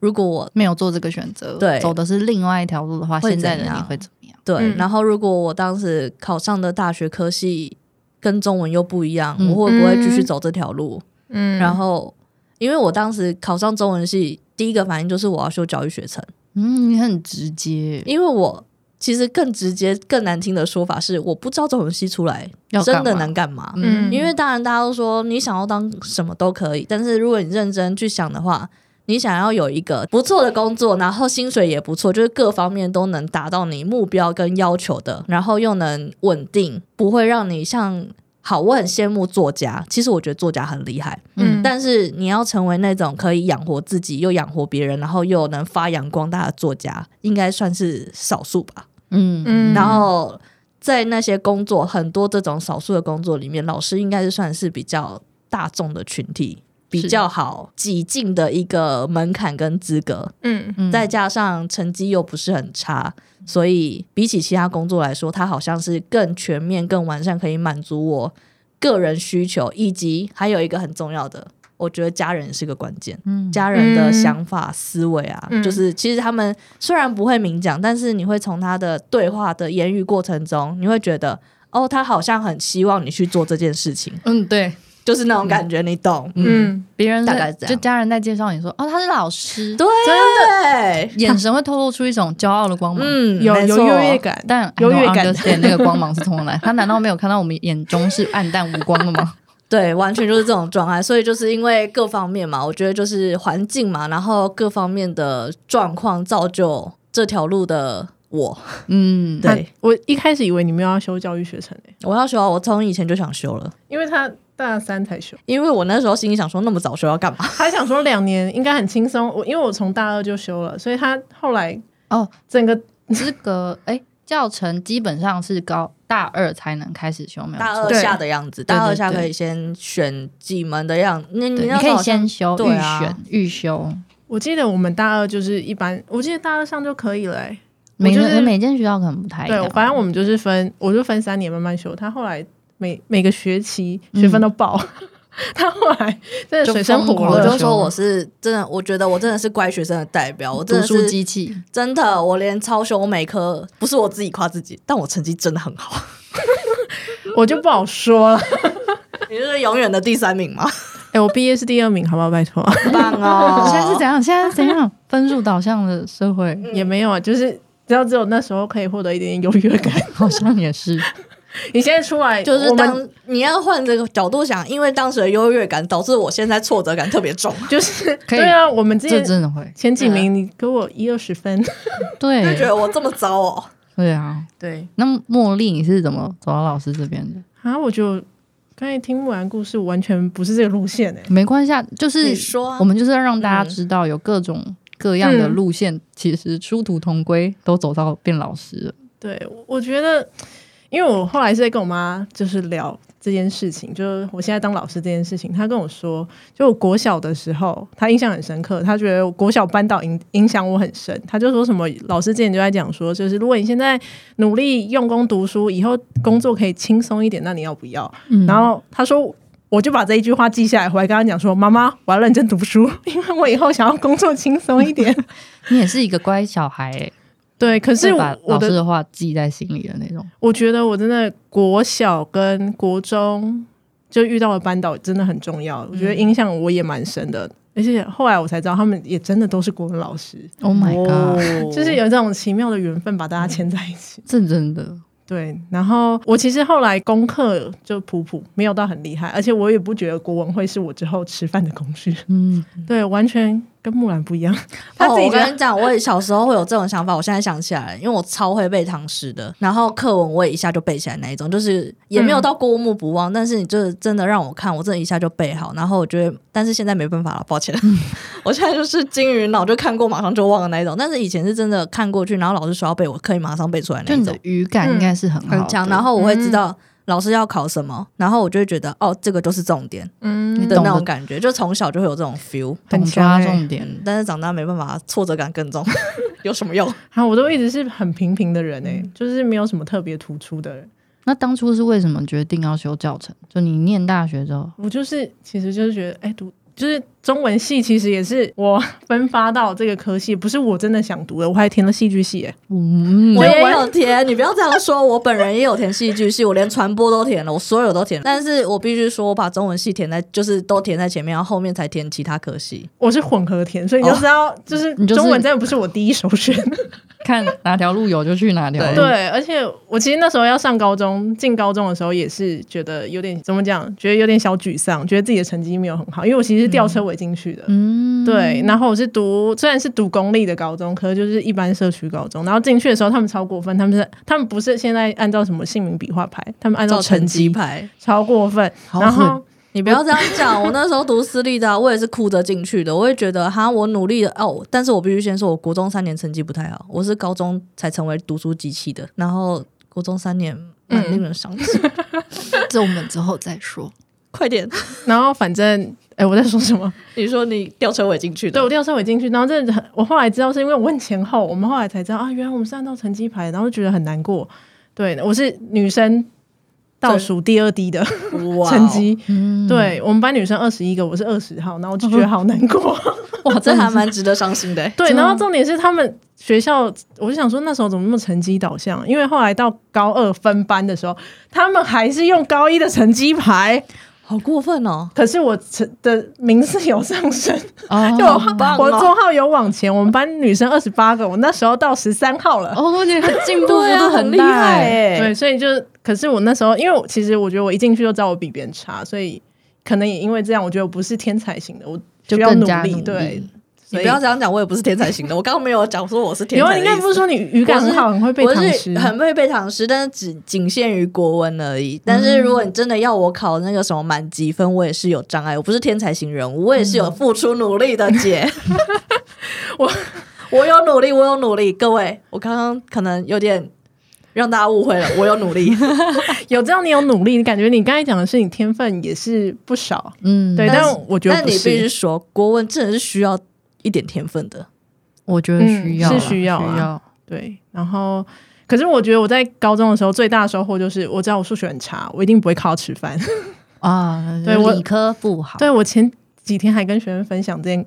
Speaker 2: 如果我
Speaker 3: 没有做这个选择，
Speaker 2: 对
Speaker 3: 走的是另外一条路的话，
Speaker 2: 会
Speaker 3: 现在的
Speaker 2: 怎样
Speaker 3: 你会怎么样？
Speaker 2: 对，
Speaker 4: 嗯
Speaker 2: 然后如果我当时考上的大学科系跟中文又不一样，
Speaker 3: 嗯
Speaker 2: 我会不会继续走这条路？
Speaker 4: 嗯
Speaker 2: 然后，因为我当时考上中文系，第一个反应就是我要修教育学程。
Speaker 3: 嗯，你很直接，
Speaker 2: 因为我其实更直接、更难听的说法是，我不知道中文系出来
Speaker 3: 要干
Speaker 2: 真
Speaker 3: 嘛
Speaker 2: 的能干嘛。
Speaker 4: 嗯
Speaker 2: 因为当然大家都说你想要当什么都可以，但是如果你认真去想的话，你想要有一个不错的工作，然后薪水也不错，就是各方面都能达到你目标跟要求的，然后又能稳定，不会让你像。好，我很羡慕作家。其实我觉得作家很厉害，
Speaker 4: 嗯
Speaker 2: 但是你要成为那种可以养活自己又养活别人，然后又能发扬光大的作家，应该算是少数吧。
Speaker 3: 嗯
Speaker 4: 嗯
Speaker 2: 然后在那些工作，很多这种少数的工作里面，老师应该是算是比较大众的群体。比较好挤进的一个门槛跟资格，
Speaker 4: 嗯，
Speaker 3: 嗯
Speaker 2: 再加上成绩又不是很差，所以比起其他工作来说，它好像是更全面、更完善，可以满足我个人需求，以及还有一个很重要的，我觉得家人是个关键。
Speaker 3: 嗯
Speaker 2: 家人的
Speaker 4: 嗯
Speaker 2: 想法、思维啊，
Speaker 4: 嗯
Speaker 2: 就是其实他们虽然不会明讲，但是你会从他的对话的言语过程中，你会觉得哦，他好像很希望你去做这件事情，
Speaker 3: 嗯，对，
Speaker 2: 就是那种感觉，你懂？嗯，
Speaker 4: 嗯，
Speaker 3: 别人
Speaker 2: 大
Speaker 3: 在
Speaker 2: 概是这样
Speaker 3: 就家人在介绍你说，哦，他是老师，
Speaker 2: 对，真的，
Speaker 3: 眼神会透露出一种骄傲的光芒。
Speaker 2: 嗯，
Speaker 4: 有
Speaker 2: 没
Speaker 4: 有
Speaker 2: 错
Speaker 4: 优越，感，
Speaker 3: 但
Speaker 4: 优越感
Speaker 3: u 那个光芒是从哪来？他难道没有看到我们眼中是暗淡无光的 吗？
Speaker 2: 对，完全就是这种状态。所以就是因为各方面嘛，我觉得就是环境嘛，然后各方面的状况造就这条路的我。
Speaker 3: 嗯，
Speaker 2: 对
Speaker 4: 啊我一开始以为你们要修教育学程诶，
Speaker 2: 我要修啊，我从以前就想修了，
Speaker 4: 因为他大三才 修，
Speaker 2: 因为我那时候心里想说，那么早修要干嘛？
Speaker 4: 他想说两年应该很轻松，我因为我从大二就修了，所以他后来
Speaker 3: 哦，
Speaker 4: 整个
Speaker 3: 资格哎，教程基本上是高大二才能开始修，没有
Speaker 2: 大
Speaker 3: 错
Speaker 2: 二
Speaker 4: 对
Speaker 2: 下的样子，
Speaker 3: 对
Speaker 2: 大二
Speaker 3: 对
Speaker 2: 下
Speaker 3: 对
Speaker 2: 可以先选几门的样，你
Speaker 3: 对
Speaker 2: 你
Speaker 3: 你
Speaker 2: 那
Speaker 3: 可
Speaker 2: 时候
Speaker 3: 以
Speaker 2: 好像
Speaker 3: 先修
Speaker 2: 对
Speaker 3: 预
Speaker 2: 啊
Speaker 3: 选预修，
Speaker 4: 我记得我们大二就是一般，我记得大二上就可以了、欸。我
Speaker 3: 每
Speaker 4: 就
Speaker 3: 个
Speaker 4: 是
Speaker 3: 每间学校可能不太一
Speaker 4: 对，
Speaker 3: 样。
Speaker 4: 反正我们就是分，我就分三年慢慢修。他后来每每个学期
Speaker 3: 嗯
Speaker 4: 学分都爆， 他后来真的水深火
Speaker 3: 疯
Speaker 2: 我
Speaker 3: 狂
Speaker 4: 热
Speaker 3: 地。
Speaker 2: 就说我是真的，我觉得我真的是乖学生的代表，我真
Speaker 3: 读
Speaker 2: 的
Speaker 3: 书
Speaker 2: 是
Speaker 3: 机器，
Speaker 2: 真的，我连超修每科不是我自己夸自己，但我成绩真的很好，
Speaker 4: 我就不好说了。
Speaker 2: 你就是永远的第三名吗？
Speaker 4: 哎、我毕业是第二名，好不好？拜托，
Speaker 2: 棒 哦！
Speaker 3: 现在是怎样？现在是怎 样？分数导向的社会，
Speaker 4: 也没有啊，就是只要只有那时候可以获得一点点优越感。
Speaker 3: 好像也是。
Speaker 4: 你现在出来
Speaker 2: 就是
Speaker 4: 我们
Speaker 2: 当你要换这个角度想，因为当时的优越感导致我现在挫折感特别重，
Speaker 4: 就是
Speaker 3: 可以
Speaker 4: 对啊，我们之
Speaker 3: 这
Speaker 4: 前
Speaker 3: 真的会，
Speaker 4: 前几名，你给我一二十分，
Speaker 2: 就
Speaker 3: 对
Speaker 2: 觉得我这么糟哦。
Speaker 3: 对啊。
Speaker 4: 对
Speaker 3: 那茉莉，你是怎么走到老师这边的？
Speaker 4: 啊，我就刚才听木兰故事，完全不是这个路线哎、
Speaker 3: 没关系，啊，就是
Speaker 2: 你说啊
Speaker 3: 我们就是要让大家知道有各种各样的
Speaker 4: 嗯
Speaker 3: 路线，其实殊途同归，都走到变老师了。
Speaker 4: 对，我我觉得，因为我后来是在跟我妈就是聊这件事情，就是我现在当老师这件事情，她跟我说，就我国小的时候，她印象很深刻，她觉得我国小班导影影响我很深，她就说什么老师之前就在讲说，就是如果你现在努力用功读书，以后工作可以轻松一点，那你要不要？
Speaker 3: 嗯
Speaker 4: 然后她说。我就把这一句话记下来，回来跟她讲说：“妈妈，我要认真读书， 因为我以后想要工作轻松 一点。
Speaker 3: 你也是一个乖小孩、欸，”
Speaker 4: 对，可是
Speaker 3: 会把
Speaker 4: 我我
Speaker 3: 老
Speaker 4: 的
Speaker 3: 师的话记在心里的那种。
Speaker 4: 我觉得我真的国小跟国中就遇到的班导真的很重要，我觉得影响我也蛮深的。而且后来我才知道，他们也真的都是国文老师，
Speaker 3: Oh my
Speaker 4: 哦
Speaker 3: god，、
Speaker 2: 哦
Speaker 4: 就是有这种奇妙的缘分把大家牵在一起。
Speaker 3: 这真的，
Speaker 4: 对，然后我其实后来功课就普普，没有到很厉害，而且我也不觉得国文会是我之后吃饭的工具。
Speaker 3: 嗯，
Speaker 4: 对，完全跟木兰不一样，他
Speaker 2: 哦
Speaker 4: 自己
Speaker 2: 我
Speaker 4: 觉
Speaker 2: 跟
Speaker 4: 得
Speaker 2: 你讲，我也小时候会有这种想法，我现在想起来了，因为我超会背唐诗的，然后课文我也一下就背起来那一种，就是也没有到过目不忘，但是你就是真的让我看，我真的一下就背好，然后我觉得，但是现在没办法了，抱歉，我现在就是金鱼脑，就看过马上就忘了那一种，但是以前是真的看过去，然后老师说要背，我可以马上背出来那
Speaker 3: 就
Speaker 2: 一
Speaker 3: 你
Speaker 2: 种
Speaker 3: 的，语感应该是嗯很好的
Speaker 2: 嗯很强，然后我会知道。老师要考什么，然后我就会觉得哦，这个就是重点
Speaker 4: 嗯
Speaker 3: 你
Speaker 2: 的
Speaker 3: 懂
Speaker 2: 那
Speaker 3: 得
Speaker 2: 种感觉，就从小就会有这种 feel。嗯
Speaker 3: 懂
Speaker 4: 很
Speaker 3: 抓
Speaker 4: 强欸
Speaker 3: 重点。
Speaker 2: 但是长大没办法，挫折感更重， 有什么用？
Speaker 4: 啊，我都一直是很平平的人哎、就是没有什么特别突出的人。
Speaker 3: 那当初是为什么决定要修教程？就你念大学之后，
Speaker 4: 我就是，其实就是觉得，哎、读就是中文系，其实也是我 分发到这个科系，不是我真的想读的，我还填了戏剧系、哎，
Speaker 3: 嗯，
Speaker 2: 我
Speaker 4: 就
Speaker 2: 也
Speaker 4: 完
Speaker 2: 有填，你不要这样说。我本人也有填戏剧系，我连传播都填了，我所有都填了。但是我必须说，我把中文系填在就是都填在前面，然后后面才填其他科系。
Speaker 4: 我是混合填，所以你就知道，就是
Speaker 3: 你就是
Speaker 4: 中文真的不是我第一首选。
Speaker 3: 看哪条路有就去哪条路。
Speaker 4: 对，而且我其实那时候要上高中，进高中的时候也是觉得有点怎么讲，觉得有点小沮丧，觉得自己的成绩没有很好，因为我其实是吊车尾进去的。
Speaker 3: 嗯，
Speaker 4: 对，然后我是读虽然是读公立的高中，可是就是一般社区高中。然后进去的时候，他们超过分，他们是他们不是现在按照什么姓名笔画排，他们按照
Speaker 2: 照成
Speaker 4: 成绩
Speaker 2: 绩牌，
Speaker 4: 超过分。
Speaker 3: 好
Speaker 4: 然
Speaker 3: 狠
Speaker 4: 后
Speaker 2: 你不要这样讲。我那时候读私立的啊、我也是哭着进去的。我也觉得哈，我努力的哦，但是我必须先说，我国中三年成绩不太好，我是高中才成为读书机器的，然后国中三年蛮
Speaker 4: 嗯
Speaker 2: 令人伤心。
Speaker 3: 这我们之后再说。
Speaker 2: 快点，
Speaker 4: 然后反正，哎、哎，我在说什 么？
Speaker 2: 你说你吊车尾进去
Speaker 4: 对，
Speaker 2: 的
Speaker 4: 我，掉车尾进去，然后这我后来知道是因为我问前后，我们后来才知道啊，原来我们是按照成绩排，然后觉得很难过。对，我是女生倒数第二低的
Speaker 2: 哇哦
Speaker 4: 成绩，
Speaker 3: 嗯，
Speaker 4: 对我们班女生二十一个，我是二十号，然后我就觉得好难过。
Speaker 2: 哇， 这还蛮值得伤心的欸。
Speaker 4: 对，
Speaker 3: 真的
Speaker 4: 然后重点是他们学校，我就想说那时候怎么那么成绩导向？因为后来到高二分班的时候，他们还是用高一的成绩排，
Speaker 2: 好过分哦！
Speaker 4: 可是我成的名次有上升，
Speaker 3: 哦，
Speaker 4: 就我
Speaker 2: 棒哦
Speaker 4: 我座号有往前，我们班女生二十八个，我那时候到十三号了。
Speaker 3: 哦，你很进步
Speaker 2: 对啊
Speaker 3: 幅度
Speaker 2: 很
Speaker 3: 很
Speaker 2: 厉
Speaker 3: 大
Speaker 2: 害
Speaker 4: 哎
Speaker 3: 欸
Speaker 2: 欸
Speaker 4: 对，所以就是，可是我那时候，因为我其实我觉得我一进去就知道我比别人差，所以可能也因为这样，我觉得我不是天才型的，我
Speaker 3: 就
Speaker 4: 需要
Speaker 3: 更
Speaker 4: 努
Speaker 3: 加努力
Speaker 4: 对，
Speaker 2: 你
Speaker 4: 所以
Speaker 2: 不要这样讲，我也不是天才型的，我刚刚没有讲说我是天
Speaker 4: 有啊，
Speaker 2: 才的意思。
Speaker 4: 你刚才不是说你语感很好，很会背
Speaker 2: 我
Speaker 4: 唐
Speaker 2: 是
Speaker 4: 诗，
Speaker 2: 很会背唐诗，但是只仅限于国文而已。但是
Speaker 4: 嗯
Speaker 2: 如果你真的要我考那个什么满级分，我也是有障碍，我不是天才型人物，我也是有付出努力的姐。
Speaker 4: 嗯 我
Speaker 2: 我有努力，我有努力，各位，我刚刚可能有点让大家误会了，我有努力，
Speaker 4: 有知道你有努力，感觉你刚才讲的是你天分也是不少，
Speaker 3: 嗯，
Speaker 4: 对，
Speaker 2: 但
Speaker 4: 但
Speaker 2: 是
Speaker 4: 我觉得
Speaker 2: 但
Speaker 4: 不
Speaker 2: 你必须
Speaker 4: 是。
Speaker 2: 说，国文真的是需要一点天分 的。
Speaker 3: 我觉得
Speaker 4: 嗯
Speaker 3: 需要啦、
Speaker 4: 是需要啊
Speaker 3: 需要。
Speaker 4: 对，然后可是我觉得我在高中的时候最大的收获就是，我知道我数学很差，我一定不会靠它吃饭。
Speaker 3: 啊，
Speaker 4: 对
Speaker 3: 就
Speaker 4: 我
Speaker 3: 理科不好，
Speaker 4: 对我前几天还跟学生分享这件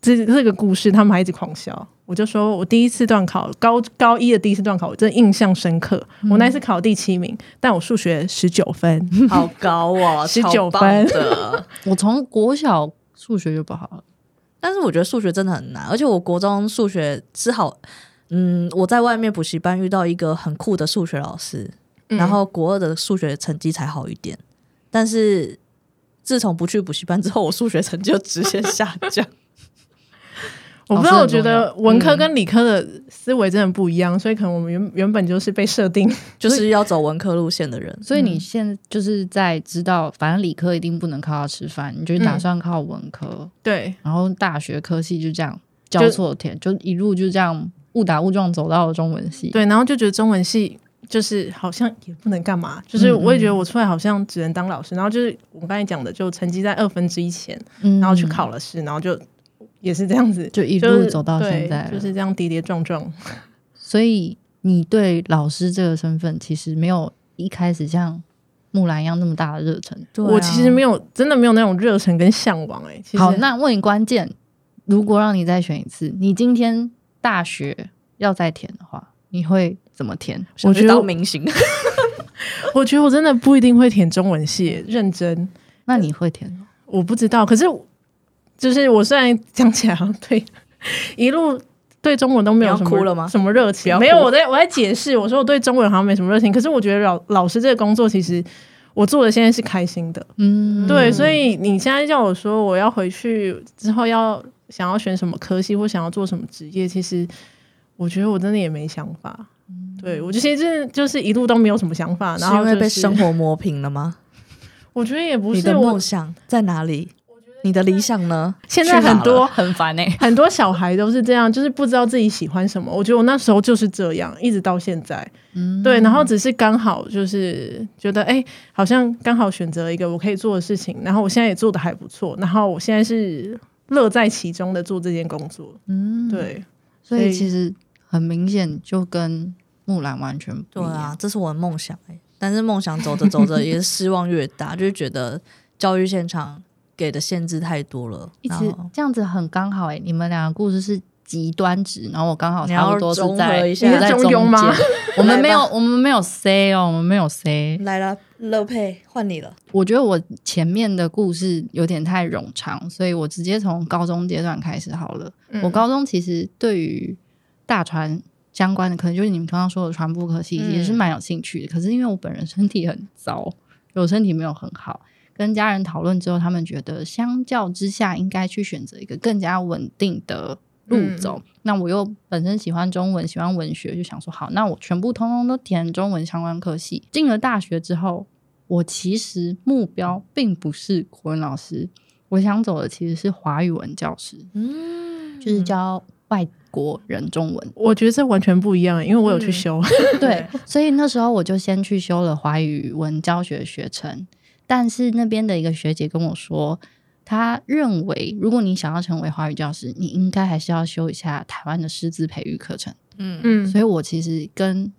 Speaker 4: 这这个故事，他们还一直狂笑。我就说我第一次段考，高高一的第一次段考，我真的印象深刻。我那一次考第七名，但我数学十九分。
Speaker 2: 好高哦，
Speaker 4: 19
Speaker 2: 超棒
Speaker 4: 分
Speaker 2: 的。
Speaker 3: 我从国小数学就不好了，
Speaker 2: 但是我觉得数学真的很难，而且我国中数学是好，嗯，我在外面补习班遇到一个很酷的数学老师，
Speaker 4: 嗯
Speaker 2: 然后国二的数学成绩才好一点，但是自从不去补习班之后，我数学成绩就直线下 降。
Speaker 4: 我不知
Speaker 3: 老师
Speaker 4: 道，我
Speaker 3: 很
Speaker 4: 觉得文科跟理科的思维真的不一样，所以可能我们原原本就是被设定。
Speaker 2: 就是要走文科路线的人，
Speaker 3: 所以
Speaker 4: 嗯
Speaker 3: 你现在就是在知道，反正理科一定不能靠它吃饭，你
Speaker 4: 嗯
Speaker 3: 就打算靠文科，
Speaker 4: 对，
Speaker 3: 然后大学科系就这样交错填，就一路就这样误打误撞走到了中文系。
Speaker 4: 对，然后就觉得中文系就是好像也不能干嘛，就是我
Speaker 3: 嗯
Speaker 4: 也觉得我出来好像只能当老师，然后就是我刚才讲的，就成绩在二分之一前，
Speaker 3: 嗯，
Speaker 4: 然后去考了试，然后就也是这样子，
Speaker 3: 就一
Speaker 4: 就
Speaker 3: 路
Speaker 4: 是
Speaker 3: 走到现
Speaker 4: 对
Speaker 3: 在了
Speaker 4: 就是这样跌跌撞撞。
Speaker 3: 所以你对老师这个身份其实没有一开始像木兰一样那么大的热忱。
Speaker 2: 对啊
Speaker 4: 我其实没有真的没有那种热忱跟向往、哎，其实
Speaker 3: 好，那问你关键，如果让你再选一次，你今天大学要再填的话，你会怎么填？
Speaker 2: 想去
Speaker 4: 我觉得
Speaker 2: 当明 星，
Speaker 4: 我觉得我真的不一定会填中文系、哎认真
Speaker 3: 那你会填吗？
Speaker 4: 我不知道，可是就是我虽然讲起来好像对 一路对中文都没有
Speaker 2: 你
Speaker 4: 什
Speaker 2: 要
Speaker 4: 么
Speaker 2: 哭了吗
Speaker 4: 什么热
Speaker 2: 不要
Speaker 4: 情？
Speaker 2: 哭
Speaker 4: 没有，我在我在解释，我说我对中文好像没什么热情，可是我觉得老老师这个工作其实。我做的现在是开心的，
Speaker 3: 嗯，
Speaker 4: 对，所以你现在叫我说我要回去之后要想要选什么科系或想要做什么职业，其实我觉得我真的也没想法。对我就其实就是就是一路都没有什么想法，
Speaker 2: 嗯
Speaker 4: 然
Speaker 2: 是因
Speaker 4: 后、就是、
Speaker 2: 为被生，活磨平了吗？
Speaker 4: 我觉得也不
Speaker 2: 你
Speaker 4: 是
Speaker 2: 的
Speaker 4: 我
Speaker 2: 梦想在哪里？你的理想呢？
Speaker 4: 现在很欸多
Speaker 3: 很烦哎、
Speaker 4: 很多小孩都是这样，就是不知道自己喜欢什么。我觉得我那时候就是这样，一直到现在。
Speaker 3: 嗯
Speaker 4: 对，然后只是刚好就是觉得，哎、好像刚好选择一个我可以做的事情，然后我现在也做的还不错，然后我现在是乐在其中的做这件工作。
Speaker 3: 嗯，
Speaker 4: 对，
Speaker 3: 所
Speaker 4: 所以
Speaker 3: 以其实很明显就跟木兰完全不
Speaker 2: 对
Speaker 3: 一样。
Speaker 2: 啊，这是我的梦想、欸、但是梦想走着走 着也是失望越大，就是觉得教育现场给的限制太多了。
Speaker 3: 一
Speaker 2: 然
Speaker 3: 直
Speaker 2: 后
Speaker 3: 这样子很刚好哎、你们两个故事是极端值，然后我刚好
Speaker 2: 你
Speaker 3: 差不
Speaker 2: 要
Speaker 3: 多是
Speaker 2: 综
Speaker 3: 在
Speaker 2: 合一下
Speaker 3: 我在
Speaker 4: 你是
Speaker 3: 中
Speaker 4: 中庸吗。
Speaker 3: 间我们没有
Speaker 2: 来，
Speaker 3: 我们没有 C 哦，我们没有 C。
Speaker 2: 来了，乐佩换你了。
Speaker 3: 我觉得我前面的故事有点太冗长，所以我直接从高中阶段开始好了。我高中其实对于大传相关的，可能就是你们刚刚说的传播科系，
Speaker 2: 嗯
Speaker 3: 也是蛮有兴趣的。可是因为我本人身体很糟，我身体没有很好，跟家人讨论之后，他们觉得相较之下应该去选择一个更加稳定的路走。那我又本身喜欢中文，喜欢文学，就想说好，那我全部通通都填中文相关科系。进了大学之后，我其实目标并不是国文老师，我想走的其实是华语文教师。
Speaker 2: 嗯，
Speaker 3: 就是教外国人中文
Speaker 4: 我觉得这完全不一样，因为
Speaker 3: 嗯
Speaker 4: 我有 去修。
Speaker 3: 对，所以那时候我就先去修了华语文教学学程，但是那边的一个学姐跟我说，他认为，如果你想要成为华语教师，你应该还是要修一下台湾的师资培育课程。
Speaker 2: 嗯，
Speaker 4: 嗯
Speaker 3: 所以我其实跟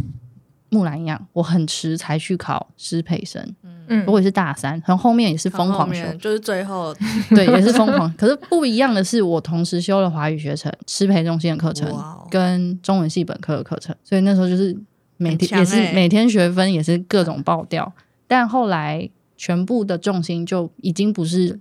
Speaker 3: 木兰一样，我很迟才去考师培生，
Speaker 4: 嗯
Speaker 3: 我也是大三，然后后面也是疯
Speaker 2: 后
Speaker 3: 狂修，
Speaker 2: 面就是最后
Speaker 3: 对，也是疯狂。可是不一样的是，我同时修了华语学程、师培中心的课程
Speaker 2: 哇哦
Speaker 3: 跟中文系本科的课程，所以那时候就是每
Speaker 2: 很
Speaker 3: 天、
Speaker 2: 强
Speaker 3: 也是
Speaker 2: 欸
Speaker 3: 每天学分也是各种爆掉，但后来全部的重心就已经不是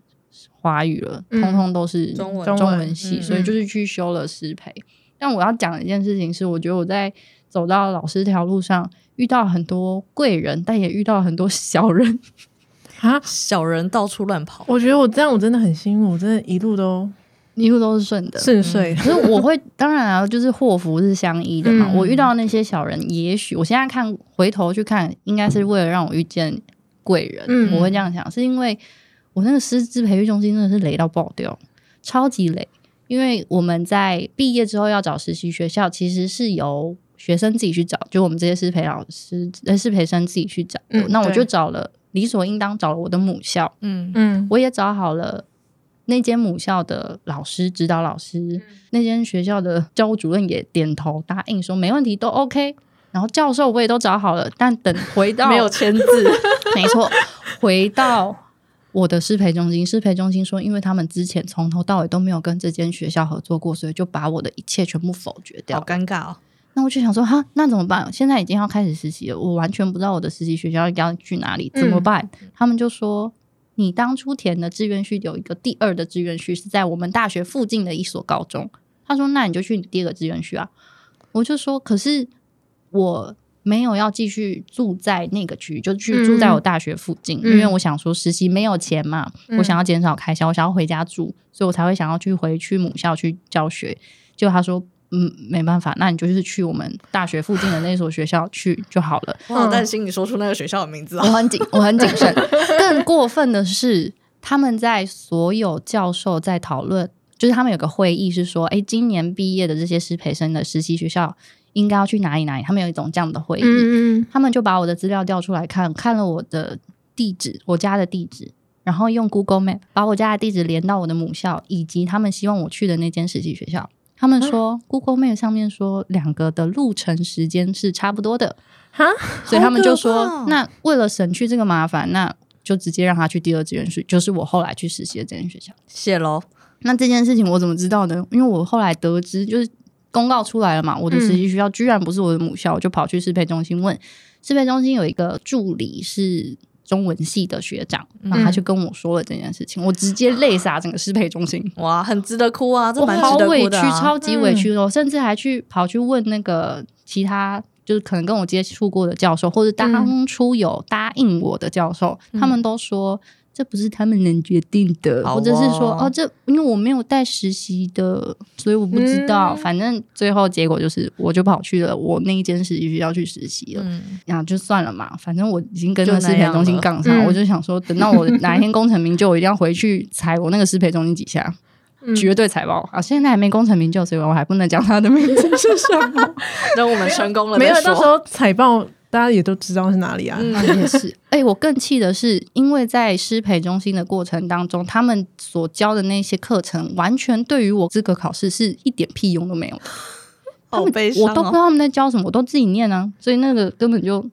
Speaker 3: 华语了，
Speaker 4: 嗯
Speaker 3: 通通都是
Speaker 2: 中文
Speaker 4: 中
Speaker 3: 中
Speaker 4: 文
Speaker 3: 文系，
Speaker 2: 嗯
Speaker 3: 所以就是去修了师培。但我要讲的一件事情是，我觉得我在走到老师这条路上遇到很多贵人，但也遇到很多小人。
Speaker 4: 啊，
Speaker 2: 小人到处乱跑，
Speaker 4: 我觉得我这样我真的很幸运，我真的一路都
Speaker 3: 一路都是顺的，
Speaker 4: 顺遂。
Speaker 3: 可是我会，当然啊，就是祸福是相依的嘛。
Speaker 4: 嗯
Speaker 3: 我遇到那些小人，也许我现在看回头去看，应该是为了让我遇见贵人，
Speaker 4: 嗯
Speaker 3: 我会这样想，是因为我那个师资培育中心真的是雷到爆掉，超级雷。因为我们在毕业之后要找实习学校，其实是由学生自己去找，就我们这些师培老师、呃师培生自己去找的。
Speaker 4: 嗯
Speaker 3: 那我就
Speaker 4: 对
Speaker 3: 找了，理所应当找了我的母校，
Speaker 2: 嗯，
Speaker 4: 嗯
Speaker 3: 我也找好了那间母校的老师、指导老师，
Speaker 2: 嗯
Speaker 3: 那间学校的教务主任也点头答应说没问题，都 OK。然后教授我也都找好了，但等回到
Speaker 2: 没有签字，
Speaker 3: 没错，回到我的师培中心，师培中心说，因为他们之前从头到尾都没有跟这间学校合作过，所以就把我的一切全部否决掉
Speaker 2: 好。尴尬哦。
Speaker 3: 那我就想说，哈，那怎么办？现在已经要开始实习了，我完全不知道我的实习学校要去哪里，怎么办？他们就说，你当初填的志愿序有一个第二的志愿序是在我们大学附近的一所高中。他说，那你就去你第二个志愿序啊。我就说，可是我没有要继续住在那个区域，就去住在我大学附近，
Speaker 4: 嗯
Speaker 3: 因为我想说实习没有钱嘛，
Speaker 4: 嗯
Speaker 3: 我想要减少开销，我想要回家住，所以我才会想要去回去母校去教学。结果他说。嗯，没办法，那你就是去我们大学附近的那所学校去就好了。
Speaker 2: 我好
Speaker 4: 嗯
Speaker 2: 担心你说出那个学校的名字
Speaker 3: 我
Speaker 2: 哦。
Speaker 3: 很谨，我很谨慎。更过分的是，他们在所有教授在讨论，就是他们有个会议是说，哎，今年毕业的这些师培生的实习学校应该要去哪里哪里，他们有一种这样的会议，
Speaker 4: 嗯嗯
Speaker 3: 他们就把我的资料调出来看，看了我的地址，我家的地址。然后用 Google Map 把我家的地址连到我的母校，以及他们希望我去的那间实习学校。他们说 Google Map 上面说两个的路程时间是差不多的，
Speaker 4: 哈，
Speaker 3: 嗯所以他们就
Speaker 2: 好
Speaker 3: 说
Speaker 2: 可怕哦，
Speaker 3: 那为了省去这个麻烦，那就直接让他去第二志愿去，就是我后来去实习的这间学校。
Speaker 2: 谢喽，
Speaker 3: 那这件事情我怎么知道呢？因为我后来得知，就是公告出来了嘛，我的实
Speaker 2: 嗯
Speaker 3: 习学校居然不是我的母校，我就跑去适配中心问，适配中心有一个助理是。中文系的学长，然
Speaker 2: 嗯
Speaker 3: 后他就跟我说了这件事情，我直接泪洒整个适配中心。
Speaker 2: 哇，很值得哭啊，这
Speaker 3: 我
Speaker 2: 蛮
Speaker 3: 好
Speaker 2: 值得
Speaker 3: 委屈，
Speaker 2: 哭的啊。
Speaker 3: 超级委屈的，我甚至还去跑去问那个其他。就是可能跟我接触过的教授，或者
Speaker 2: 嗯
Speaker 3: 当初有答应我的教授，他们都说这不是他们能决定的，
Speaker 2: 好哦
Speaker 3: 或者是说哦，这因为我没有带实习的，所以我不知道。
Speaker 4: 嗯
Speaker 3: 反正最后结果就是，我就跑去了我那一间实习学校去实习了。
Speaker 2: 嗯，
Speaker 3: 然后就算了嘛，反正我已经跟那
Speaker 2: 就
Speaker 3: 个
Speaker 2: 那
Speaker 3: 师培
Speaker 2: 样
Speaker 3: 中心
Speaker 2: 了
Speaker 3: 杠上，
Speaker 4: 嗯
Speaker 3: 我就想说，等到 我哪一天功成名就，我一定要回去踩我那个师培中心几下，
Speaker 4: 嗯
Speaker 3: 绝对踩爆啊！现在还没功成名就，所以我还不能讲他的名字是 什么。
Speaker 2: 等我们成功了
Speaker 4: 没有，
Speaker 2: 再
Speaker 4: 到时
Speaker 2: 说。
Speaker 4: 候财报大家也都知道是哪里啊。
Speaker 2: 嗯
Speaker 3: 啊也是，哎、我更气的是，因为在师培中心的过程当中，他们所教的那些课程，完全对于我资格考试是一点屁用都没有。他
Speaker 2: 好
Speaker 3: 们
Speaker 2: 悲
Speaker 3: 我
Speaker 2: 伤
Speaker 3: 都不知
Speaker 2: 哦。
Speaker 3: 道他们在教什么，我都自己念啊，所以那个根本就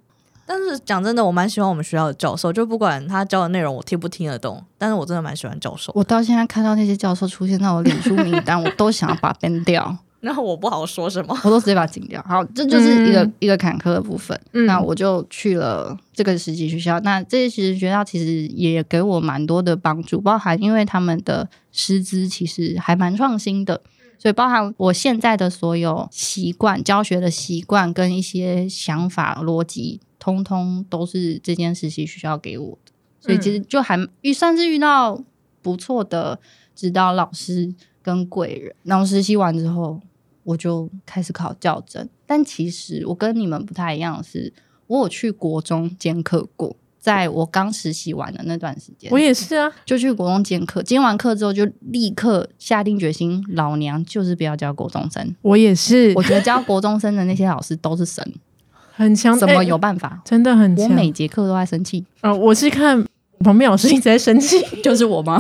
Speaker 2: 但是讲真的，我蛮喜欢我们学校的教授，就不管他教的内容我听不听得懂，但是我真的蛮喜欢教授。
Speaker 3: 我到现在看到那些教授出现在我脸书名 单，我都想要把它 ban 掉，
Speaker 2: 那我不好说什么。
Speaker 3: 我都直接把它禁掉。好，这就是一个、
Speaker 4: 嗯
Speaker 3: 一个坎坷的部分。
Speaker 4: 嗯
Speaker 3: 那我就去了这个实习学校。那这些实习学校其实也给我蛮多的帮助，包含因为他们的师资其实还蛮创新
Speaker 4: 嗯
Speaker 3: 的，所以包含我现在的所有习惯、教学的习惯跟一些想法、逻辑，通通都是这间实习学校给我的。所以其实
Speaker 4: 嗯
Speaker 3: 就还遇算是遇到不错的指导老师跟贵人。然后实习完之后，我就开始考教证。但其实我跟你们不太一样的是，我有去国中兼课过，在我刚实习完的那段时间，
Speaker 4: 我也是啊，
Speaker 3: 就去国中兼课。兼完课之后，就立刻下定决心，老娘就是不要教国中生。
Speaker 4: 我也是
Speaker 3: 我，觉得教国中生的那些老师都是 神，
Speaker 4: 很强，
Speaker 3: 怎么
Speaker 4: 哎
Speaker 3: 有办法？
Speaker 4: 真的很
Speaker 3: 我
Speaker 4: 强。啊
Speaker 3: 每节课都在生气，
Speaker 4: 呃，我是看旁边老师一直在生气，
Speaker 3: 就是我吗？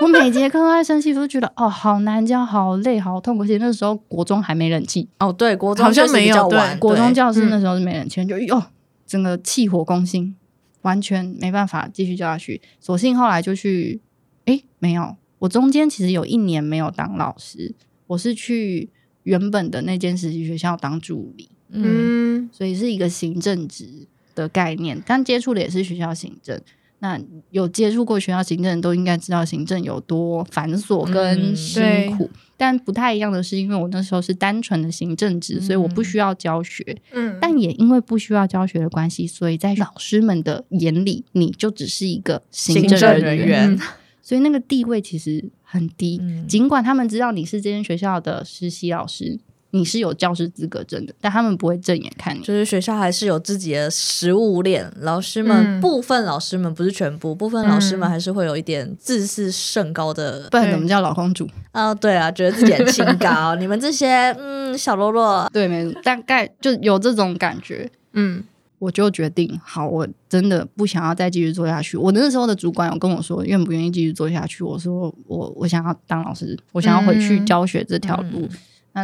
Speaker 3: 我每节课都在生气，我就觉得哦，好难教，好累，好痛苦。而且那时候国中还没冷气，
Speaker 2: 哦，对，国中
Speaker 4: 好像
Speaker 2: 确实比
Speaker 4: 没有
Speaker 2: 较
Speaker 4: 对
Speaker 2: 晚，
Speaker 3: 国中教室
Speaker 4: 嗯
Speaker 3: 那时候是没冷气，就哟、整个气火攻心，完全没办法继续教下去。索性后来就去，诶，没有，我中间其实有一年没有当老师，我是去原本的那间实习学校当助理，
Speaker 2: 嗯
Speaker 4: 嗯，
Speaker 3: 所以是一个行政职的概念，但接触的也是学校行政。那有接触过学校行政，都应该知道行政有多繁琐跟
Speaker 2: 嗯
Speaker 3: 辛
Speaker 4: 对
Speaker 3: 苦。但不太一样的是，因为我那时候是单纯的行政职，所以我不需要教学。
Speaker 4: 嗯
Speaker 3: 但也因为不需要教学的关系，所以在老师们的眼里，你就只是一个行
Speaker 2: 行政
Speaker 3: 人
Speaker 2: 人
Speaker 3: 员，
Speaker 2: 员
Speaker 4: 嗯
Speaker 3: 所以那个地位其实很低。
Speaker 2: 嗯
Speaker 3: 尽管他们知道你是这间学校的实习老师，你是有教师资格证的，但他们不会正眼看你。
Speaker 2: 就是学校还是有自己的食物链，老师们、
Speaker 4: 嗯
Speaker 2: 部分老师们不是全部，部分老师们
Speaker 4: 嗯
Speaker 2: 还是会有一点自视甚高的
Speaker 3: 不然
Speaker 4: 对
Speaker 3: 怎么叫老公主？
Speaker 2: 啊、对啊，觉得自己很清高， 你们这些嗯小喽啰，
Speaker 3: 对，没错，大概就有这种感觉。
Speaker 4: 嗯，
Speaker 3: 我就决定，好，我真的不想要再继续做下去。我那时候的主管有跟我说，愿不愿意继续做下去？我说，我我想要当老师，我想要回去
Speaker 4: 嗯
Speaker 3: 教学这条路。
Speaker 2: 嗯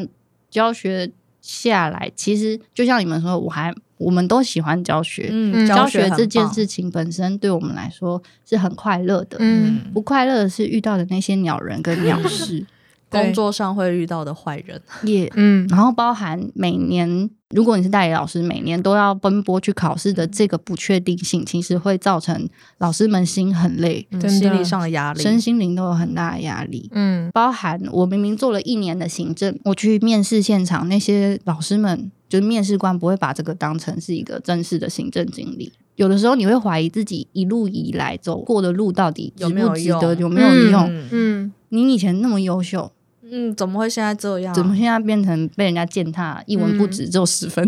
Speaker 3: 那教学下来，其实就像你们说，我还我们都喜欢教学，
Speaker 2: 嗯，
Speaker 4: 嗯
Speaker 3: 教
Speaker 2: 学
Speaker 3: 学
Speaker 2: 很
Speaker 3: 这件
Speaker 2: 棒
Speaker 3: 事，情本身对我们来说是很快乐的。
Speaker 4: 嗯，
Speaker 3: 不快乐的是遇到的那些鸟人跟鸟 事，
Speaker 4: 对
Speaker 2: 工作上会遇到的坏人，
Speaker 3: 也
Speaker 4: 嗯，
Speaker 3: 然后包含每年，如果你是代理老师，每年都要奔波去考试的
Speaker 2: 嗯
Speaker 3: 这个不确定性，其实会造成老师们心很累，
Speaker 2: 嗯
Speaker 4: 真的
Speaker 2: 心理上的压力，
Speaker 3: 身心灵都有很大的压力。
Speaker 4: 嗯，
Speaker 3: 包含我明明做了一年的行政，我去面试现场，那些老师们就是面试官不会把这个当成是一个正式的行政经理。有的时候你会怀疑自己一路以来走过的路到底值
Speaker 2: 有没有
Speaker 3: 不值得，
Speaker 2: 用
Speaker 3: 有没有用？
Speaker 2: 嗯
Speaker 4: 嗯，
Speaker 3: 你以前那么优秀，
Speaker 2: 嗯，怎么会现在这样？
Speaker 3: 怎么现在变成被人家践踏，一
Speaker 2: 嗯
Speaker 3: 文不值，只有十分？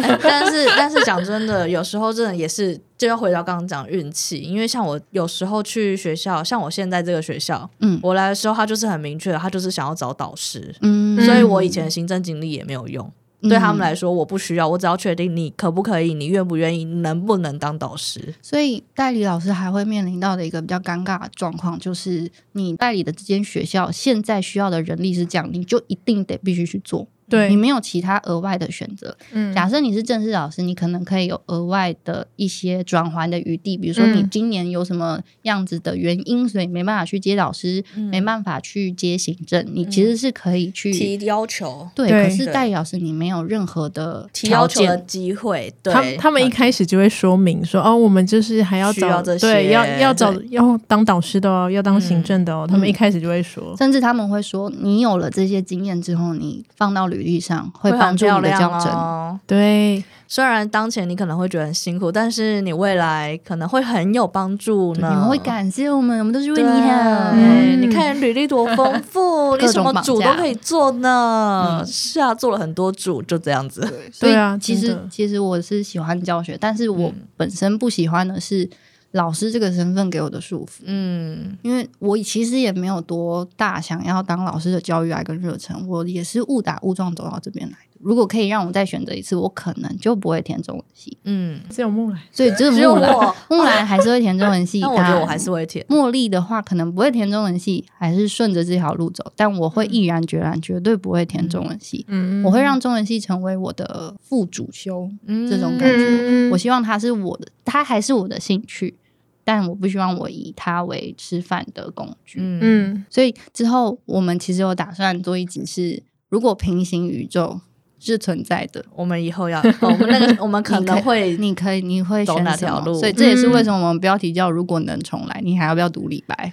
Speaker 2: 哎 但是但是讲真的，有时候真的也是就要回到刚刚讲运气，因为像我有时候去学校，像我现在这个学校，
Speaker 3: 嗯
Speaker 2: 我来的时候他就是很明确的，他就是想要找导师，
Speaker 3: 嗯
Speaker 2: 所以我以前的行政经历也没有用。对他们
Speaker 3: 嗯
Speaker 2: 来说，我不需要，我只要确定你可不可以，你愿不愿意，能不能当导师。
Speaker 3: 所以代理老师还会面临到的一个比较尴尬的状况，就是你代理的这间学校现在需要的人力是这样，你就一定得必须去做，
Speaker 4: 对
Speaker 3: 你，没有其他额外的选择。
Speaker 4: 嗯
Speaker 3: 假设你是正式老师，你可能可以有额外的一些转换的余地，比如说你
Speaker 4: 嗯
Speaker 3: 今年有什么样子的原因，所以没办法去接老师，没办法去接行政，你其实是可以去。
Speaker 2: 要求，
Speaker 3: 对，
Speaker 4: 对
Speaker 3: 可是代理老师你没有任何的
Speaker 2: 提要
Speaker 3: 条
Speaker 2: 求的
Speaker 3: 件，
Speaker 2: 机会，
Speaker 4: 他
Speaker 2: 对，
Speaker 4: 他们一开始就会说明说，哦，我们就是还要
Speaker 2: 需要
Speaker 4: 找
Speaker 2: 这
Speaker 4: 对，
Speaker 2: 些
Speaker 4: 要要找
Speaker 2: 对
Speaker 4: 要当导师的哦，要当行政的哦，
Speaker 3: 嗯
Speaker 4: 他们一开始就会说，
Speaker 3: 甚至他们会说，你有了这些经验之后，你放到履历上会
Speaker 2: 会很
Speaker 3: 帮助
Speaker 2: 漂
Speaker 3: 你的
Speaker 2: 亮
Speaker 3: 较真。
Speaker 2: 哦。
Speaker 4: 对，
Speaker 2: 虽然当前你可能会觉得很辛苦，但是你未来可能会很有帮助
Speaker 3: 对
Speaker 2: 呢。
Speaker 3: 你们会感谢我们，我们都是为
Speaker 2: 对啊
Speaker 3: 你好。
Speaker 4: 嗯
Speaker 2: 你看履历多丰 富，你
Speaker 3: 各
Speaker 2: 什
Speaker 3: 种
Speaker 2: 么
Speaker 3: 绑
Speaker 2: 主都
Speaker 3: 架
Speaker 2: 可以做呢。
Speaker 3: 嗯
Speaker 2: 是啊，做了很多主，就这样子。
Speaker 3: 所以
Speaker 4: 对啊
Speaker 3: 其
Speaker 4: 真
Speaker 3: 实
Speaker 4: 的
Speaker 3: 其实我是喜欢教学，但是我
Speaker 2: 嗯
Speaker 3: 本身不喜欢的是老师这个身份给我的束缚，
Speaker 2: 嗯，
Speaker 3: 因为我其实也没有多大想要当老师的教育爱啊跟热忱，我也是误打误撞走到这边来的。如果可以让我再选择一次，我可能就不会填中文系，
Speaker 2: 嗯，
Speaker 4: 只有木兰，
Speaker 3: 所以就是
Speaker 2: 只有
Speaker 3: 木兰
Speaker 2: 我，
Speaker 3: 木兰还是会填中文系，
Speaker 2: 但我觉得我还
Speaker 3: 但
Speaker 2: 是会填。
Speaker 3: 茉莉的话，可能不会填中文系，还是顺着这条路走，但我会毅然决然，绝对不会填中文系。
Speaker 4: 嗯
Speaker 3: 我会让中文系成为我的副主修，
Speaker 2: 嗯
Speaker 3: 这种感觉
Speaker 4: 嗯，
Speaker 3: 我希望它是我的，它还是我的兴趣，但我不希望我以它为吃饭的工具。
Speaker 2: 嗯
Speaker 4: 嗯
Speaker 3: 所以之后我们其实有打算做一集是，如果平行宇宙是存在的，
Speaker 2: 我们以后要，哦我们那 个，我们可
Speaker 3: 你
Speaker 2: 能会
Speaker 3: 你可以，你会
Speaker 2: 走
Speaker 3: 选
Speaker 2: 哪
Speaker 3: 什
Speaker 2: 条
Speaker 3: 么
Speaker 2: 路
Speaker 3: 所以这也是
Speaker 4: 嗯
Speaker 3: 为什么我们标题叫“如果能重来，你还要不要读李 白”？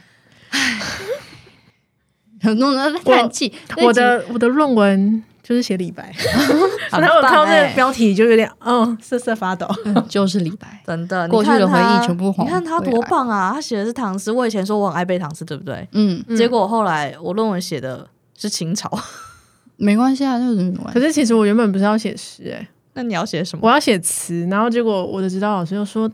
Speaker 3: 很多人都在叹气。这一集
Speaker 4: 我的我的论文就是写李白，
Speaker 2: 很
Speaker 4: 然后我看
Speaker 2: 棒
Speaker 4: 到 那
Speaker 2: 哎
Speaker 4: 个标题就有点嗯瑟瑟发抖，
Speaker 3: 嗯 就是李白，
Speaker 2: 真的，你
Speaker 3: 过去
Speaker 2: 看
Speaker 3: 的回
Speaker 2: 他
Speaker 3: 忆全部
Speaker 2: 你
Speaker 3: 还
Speaker 2: 看他
Speaker 3: 回
Speaker 2: 多
Speaker 3: 来
Speaker 2: 棒啊！他写的是唐诗，我以前说我很爱背唐诗，对不对？
Speaker 3: 嗯，
Speaker 2: 结果后来我论文写的是清朝，
Speaker 3: 没关系啊，就是没关
Speaker 4: 可
Speaker 3: 系。
Speaker 4: 是其实我原本不是要写诗，哎，
Speaker 2: 那你要写什么？
Speaker 4: 我要写词，然后结果我的指导老师又说。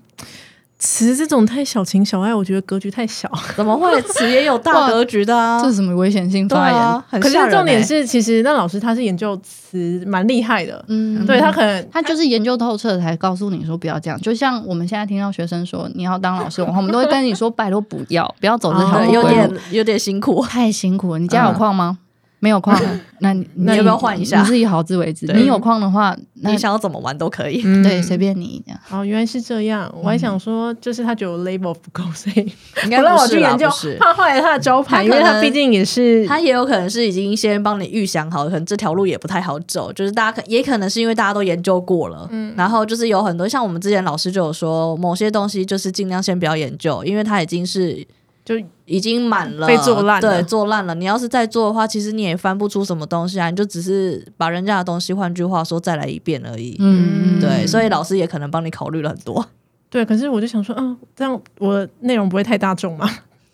Speaker 4: 词这种太小情小爱，我觉得格局太小。
Speaker 2: 怎么会？词也 有大格局的啊
Speaker 3: 这，是什么危险性
Speaker 2: 对
Speaker 3: 发言？
Speaker 2: 啊，很
Speaker 4: 可是
Speaker 2: 吓人
Speaker 4: 重点
Speaker 2: 欸
Speaker 4: 是，其实那老师他是研究词蛮厉害的，
Speaker 3: 嗯，
Speaker 4: 对他可能
Speaker 3: 他就是研究透彻才告诉你说不要这样。就像我们现在听到学生说你要当老师，我们都会跟你说拜托不要，不要走这条
Speaker 4: 哦
Speaker 2: 对
Speaker 3: 不
Speaker 2: 有
Speaker 3: 归路，
Speaker 2: 点有点辛 苦。
Speaker 3: 太辛苦了。你家有
Speaker 2: 嗯
Speaker 3: 矿吗？没有矿，那你
Speaker 2: 那要不要换一下
Speaker 3: 你自己好自为之。
Speaker 2: 对
Speaker 3: 你有矿的话，那
Speaker 2: 你想要怎么玩都可以，
Speaker 4: 嗯
Speaker 3: 对随便你这样。
Speaker 4: 哦，原来是这样，我还想说，就是他觉得我 label 不够，所以
Speaker 2: 应
Speaker 4: 嗯不
Speaker 2: 该
Speaker 4: 让
Speaker 2: 不
Speaker 4: 我
Speaker 2: 是
Speaker 4: 去
Speaker 2: 啦，
Speaker 4: 研究
Speaker 2: 不是，。
Speaker 4: 怕坏了他的招牌，
Speaker 2: 他
Speaker 4: 因为
Speaker 2: 可
Speaker 4: 他
Speaker 2: 能
Speaker 4: 毕竟也是
Speaker 2: 他也有可能是已经先帮你预想好，可能这条路也不太好走，就是大家可也可能是因为大家都研究过了，嗯，然后就是有很多像我们之前老师就有说，某些东西就是尽量先不要研究，因为它已经是
Speaker 4: 就
Speaker 2: 已经满了，
Speaker 4: 被做烂了
Speaker 2: 对，做烂了。你要是再做的话，其实你也翻不出什么东西啊，你就只是把人家的东西，换句话说，再来一遍而已。
Speaker 3: 嗯，
Speaker 2: 对，所
Speaker 3: 以
Speaker 2: 以老师也可能帮你考虑了很多。
Speaker 4: 对。可是我就想说，嗯，这样我内容不会太大众嘛？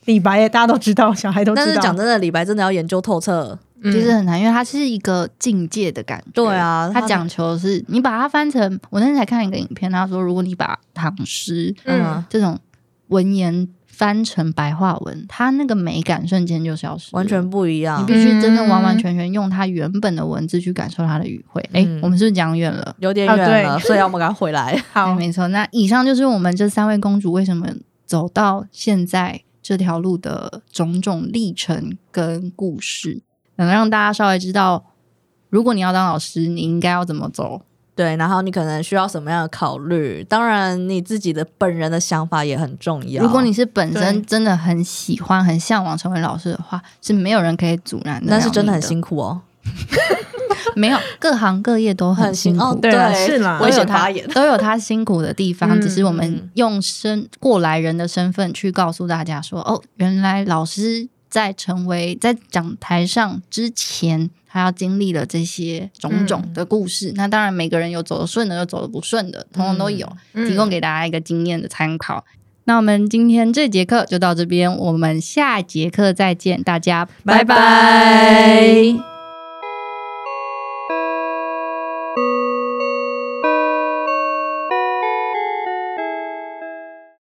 Speaker 4: 李白耶，大家都知道，小孩都知道。
Speaker 2: 但是讲真的，李白真的要研究透彻，
Speaker 4: 嗯
Speaker 3: 其实很难，因为它是一个境界的感觉。
Speaker 2: 对啊
Speaker 3: 它
Speaker 2: 它
Speaker 3: 讲求的是你把它翻成，我那天才看一个影片，他说如果你把唐诗
Speaker 4: 嗯
Speaker 3: 这种文言翻成白话文，它那个美感瞬间就消失了，
Speaker 2: 完全不一
Speaker 3: 你
Speaker 2: 样，嗯
Speaker 3: 必须真的完完全全用它原本的文字去感受它的语汇。哎、
Speaker 2: 嗯
Speaker 3: 我们是不是讲远了？
Speaker 2: 有点
Speaker 4: 啊
Speaker 2: 远
Speaker 4: 对
Speaker 2: 了， 所以要我们赶快回来。
Speaker 3: 哎
Speaker 4: 好，
Speaker 3: 没错。那以上就是我们这三位公主为什么走到现在这条路的种种历程跟故事，能让大家稍微知道，如果你要当老师，你应该要怎么走。
Speaker 2: 对，然后你可能需要什么样的考虑？当然，你自己的本人的想法也很重要。
Speaker 3: 如果你是本身
Speaker 4: 对
Speaker 3: 真的很喜欢、很向往成为老师的话，是没有人可以阻拦的。
Speaker 2: 但是真的很
Speaker 3: 苦，
Speaker 2: 辛苦哦，
Speaker 3: 没有各行各业都很辛
Speaker 2: 辛
Speaker 3: 苦。
Speaker 2: 哦，
Speaker 4: 对啊是啦
Speaker 2: 危
Speaker 3: 都有
Speaker 2: 险
Speaker 3: 他。
Speaker 2: 发言
Speaker 3: 都有他辛苦的地方，
Speaker 4: 嗯
Speaker 3: 只是我们用身过来人的身份去告诉大家说，哦，原来老师在成为在讲台上之前，他要经历了这些种
Speaker 2: 嗯
Speaker 3: 种的故事。那当然，每个人有走的顺的，有走的不顺的，通通都有，
Speaker 2: 嗯
Speaker 3: 提供给大家一个经验的参考。那我们今天这节课就到这边，我们下节课再见，大家拜
Speaker 2: 拜拜